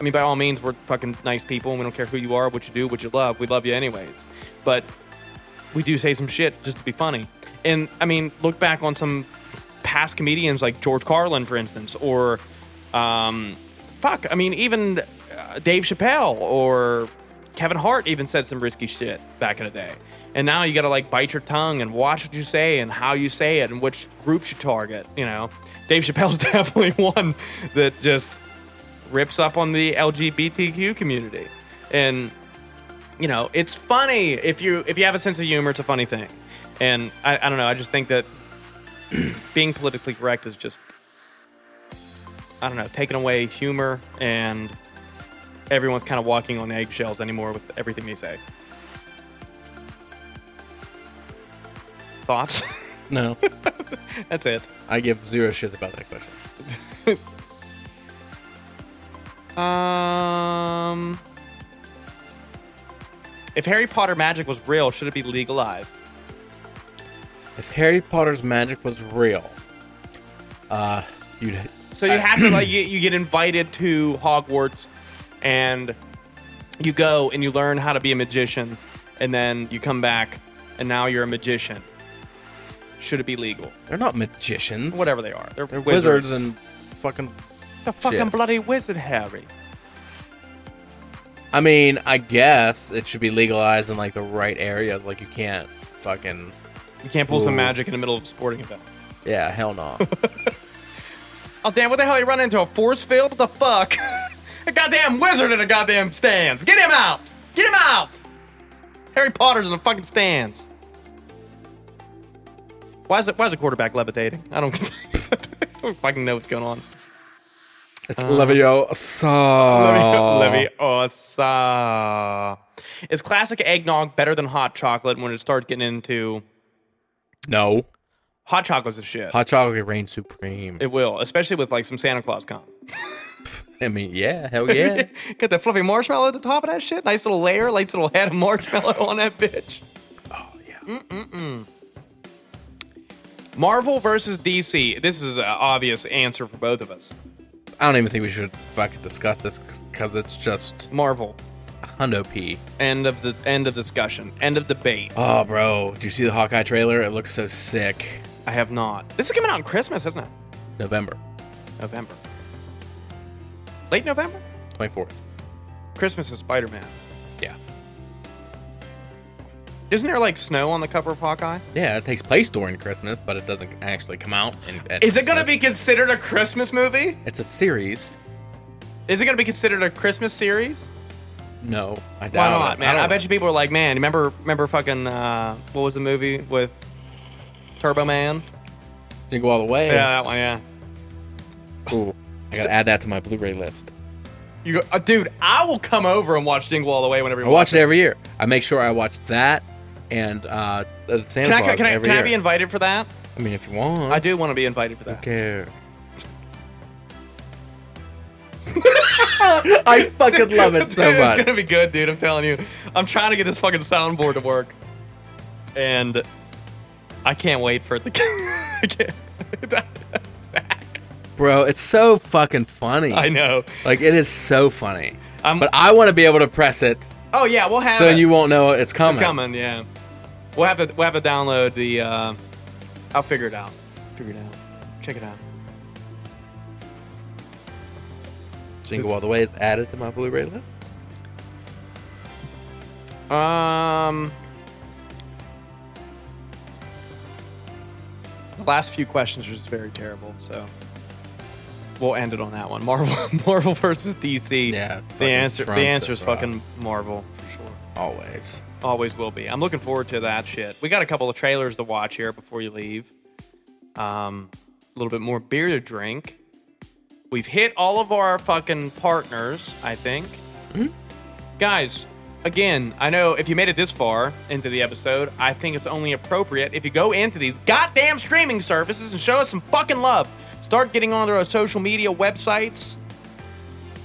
Speaker 1: I mean, by all means, we're fucking nice people, and we don't care who you are, what you do, what you love. We love you anyways. But we do say some shit just to be funny. And I mean, look back on some past comedians like George Carlin, for instance, or um, fuck, I mean, even uh, Dave Chappelle or Kevin Hart even said some risky shit back in the day. And now you got to like bite your tongue and watch what you say and how you say it and which groups you target. You know, Dave Chappelle's definitely one that just rips up on the LGBTQ community. And you know, it's funny if you if you have a sense of humor, it's a funny thing. And I, I don't know, I just think that being politically correct is just I don't know, taking away humor and everyone's kind of walking on eggshells anymore with everything they say. Thoughts?
Speaker 2: No,
Speaker 1: That's it.
Speaker 2: I give zero shits about that question.
Speaker 1: Um, if Harry Potter magic was real, should it be legalized?
Speaker 2: If Harry Potter's magic was real, uh, you'd
Speaker 1: So you have to like you, you get invited to Hogwarts, and you go and you learn how to be a magician, and then you come back, and now you're a magician. Should it be legal?
Speaker 2: they're not magicians.
Speaker 1: Whatever they are, they're,
Speaker 2: They're wizards and fucking.
Speaker 1: The fucking
Speaker 2: shit.
Speaker 1: bloody wizard, Harry.
Speaker 2: I mean, I guess it should be legalized in like the right areas. Like you can't fucking.
Speaker 1: You can't pull some
Speaker 2: Ooh.
Speaker 1: magic in the middle of a sporting event.
Speaker 2: Yeah, hell no.
Speaker 1: Oh damn! What the hell? You run into a force field? What the fuck? a goddamn wizard in a goddamn stands. Get him out! Get him out! Harry Potter's in the fucking stands. Why is it? Why is the quarterback levitating? I don't. I don't fucking know what's going on.
Speaker 2: it's Leviosa.
Speaker 1: Levy, Leviosa. Is classic eggnog better than hot chocolate when it starts getting into
Speaker 2: No,
Speaker 1: hot chocolate's a shit?
Speaker 2: hot chocolate reigns supreme.
Speaker 1: it will, especially with like some Santa Claus cum.
Speaker 2: I mean, yeah, hell yeah.
Speaker 1: Got that fluffy marshmallow at the top of that shit. Nice little layer, nice little head of marshmallow on that bitch.
Speaker 2: oh yeah.
Speaker 1: Marvel versus DC. This is an obvious answer for both of us.
Speaker 2: I don't even think we should fucking discuss this because it's just
Speaker 1: Marvel.
Speaker 2: hundo p.
Speaker 1: End of the end of discussion. End of debate.
Speaker 2: Oh, bro, do you see the Hawkeye trailer? It looks so sick.
Speaker 1: I have not. This is coming out in Christmas, isn't it?
Speaker 2: November
Speaker 1: November. Late November?
Speaker 2: twenty fourth.
Speaker 1: Christmas and Spider Man.
Speaker 2: Yeah.
Speaker 1: Isn't there like snow on the cover of Hawkeye?
Speaker 2: Yeah, it takes place during Christmas, but it doesn't actually come out. In, at
Speaker 1: Is it going to
Speaker 2: Christmas.
Speaker 1: be considered a Christmas movie?
Speaker 2: It's a series.
Speaker 1: Is it going to be considered a Christmas series?
Speaker 2: No, I
Speaker 1: Why
Speaker 2: doubt
Speaker 1: not,
Speaker 2: it.
Speaker 1: man?
Speaker 2: don't
Speaker 1: I, bet you people are like, man, remember, remember, fucking, uh, what was the movie with Turbo Man?
Speaker 2: Didn't go all the way.
Speaker 1: Yeah, that one. Yeah.
Speaker 2: Ooh, I gotta add that to my Blu-ray list.
Speaker 1: You go, uh, dude. I will come over and watch Jingle All the Way whenever you
Speaker 2: I watch it every year. I make sure I watch that and uh, the Santa
Speaker 1: Can I,
Speaker 2: Claus
Speaker 1: can, I,
Speaker 2: every
Speaker 1: can I
Speaker 2: year.
Speaker 1: be invited for that?
Speaker 2: I mean, if you want,
Speaker 1: I do want to be invited for that.
Speaker 2: care. I fucking love it so
Speaker 1: Dude,
Speaker 2: much.
Speaker 1: It's gonna be good, dude. I'm telling you. I'm trying to get this fucking soundboard to work, and I can't wait for it to. I can't-
Speaker 2: Bro, it's so fucking funny.
Speaker 1: I know.
Speaker 2: Like it is so funny.
Speaker 1: I'm-
Speaker 2: but I want to be able to press it
Speaker 1: Oh yeah, we'll have.
Speaker 2: so
Speaker 1: it.
Speaker 2: you won't know it's coming.
Speaker 1: It's coming. Yeah, we'll have to we'll have to download the. Uh, I'll figure it out. Figure it out. Check it out.
Speaker 2: Jingle all the way is added to my Blu-ray list.
Speaker 1: Um, the last few questions are just very terrible, so we'll end it on that one. Marvel, Marvel versus DC.
Speaker 2: Yeah,
Speaker 1: the
Speaker 2: fucking
Speaker 1: answer, the
Speaker 2: trumps
Speaker 1: answer
Speaker 2: it,
Speaker 1: is
Speaker 2: bro.
Speaker 1: fucking Marvel for sure.
Speaker 2: Always.
Speaker 1: Always will be. I'm looking forward to that shit. We got a couple of trailers to watch here before you leave. Um, a little bit more beer to drink. We've hit all of our fucking partners, I think. Guys, again, I know if you made it this far into the episode, I think it's only appropriate if you go into these goddamn streaming services and show us some fucking love. Start getting onto our social media websites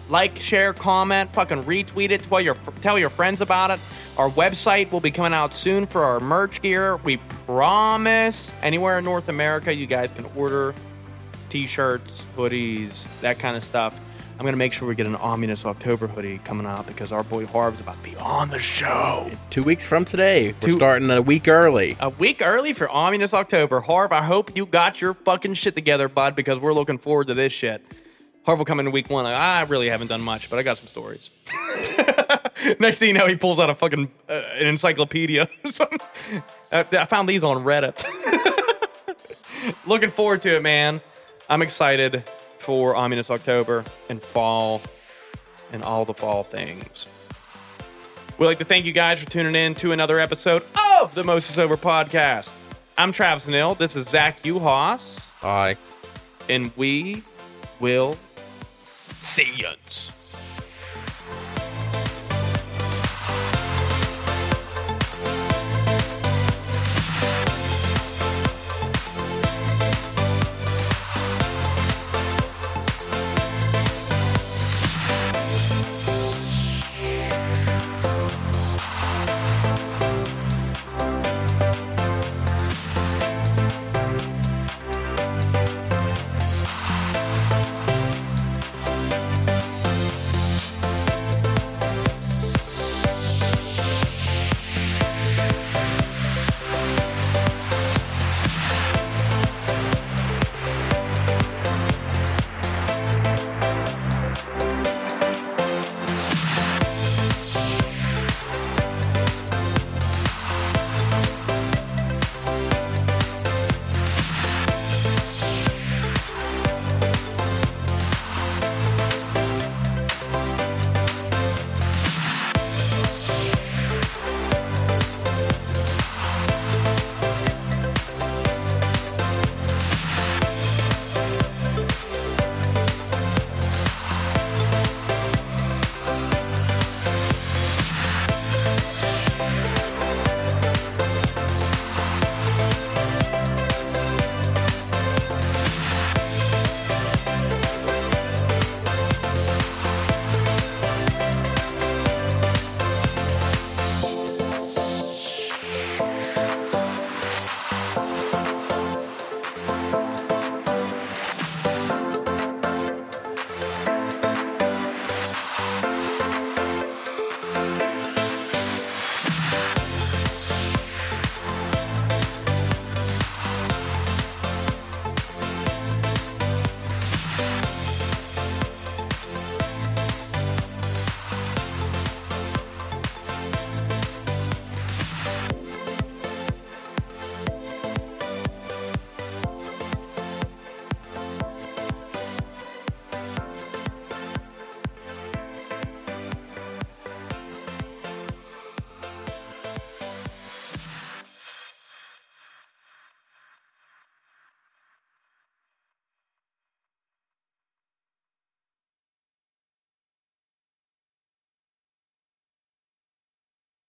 Speaker 1: like, share, comment, fucking retweet it. Tell your tell your friends about it. Our website will be coming out soon for our merch gear. We promise. Anywhere in North America, you guys can order t-shirts, hoodies, that kind of stuff. I'm gonna make sure we get an ominous October hoodie coming out because our boy Harv's about to be on the show
Speaker 2: Two weeks from today,
Speaker 1: Two-
Speaker 2: we're starting a week early.
Speaker 1: a week early for ominous October. Harv, I hope you got your fucking shit together, bud, because we're looking forward to this shit. Harv will come in week one. Like, I really haven't done much, but I got some stories. Next thing you know, he pulls out a fucking uh, an encyclopedia or something. Uh, I found these on Reddit. looking forward to it, man. I'm excited for ominous October and fall and all the fall things. We'd like to thank you guys for tuning in to another episode of the Moses Over Podcast. I'm Travis Neal. This is Zach Uhas,
Speaker 2: Bye.
Speaker 1: and we will see you.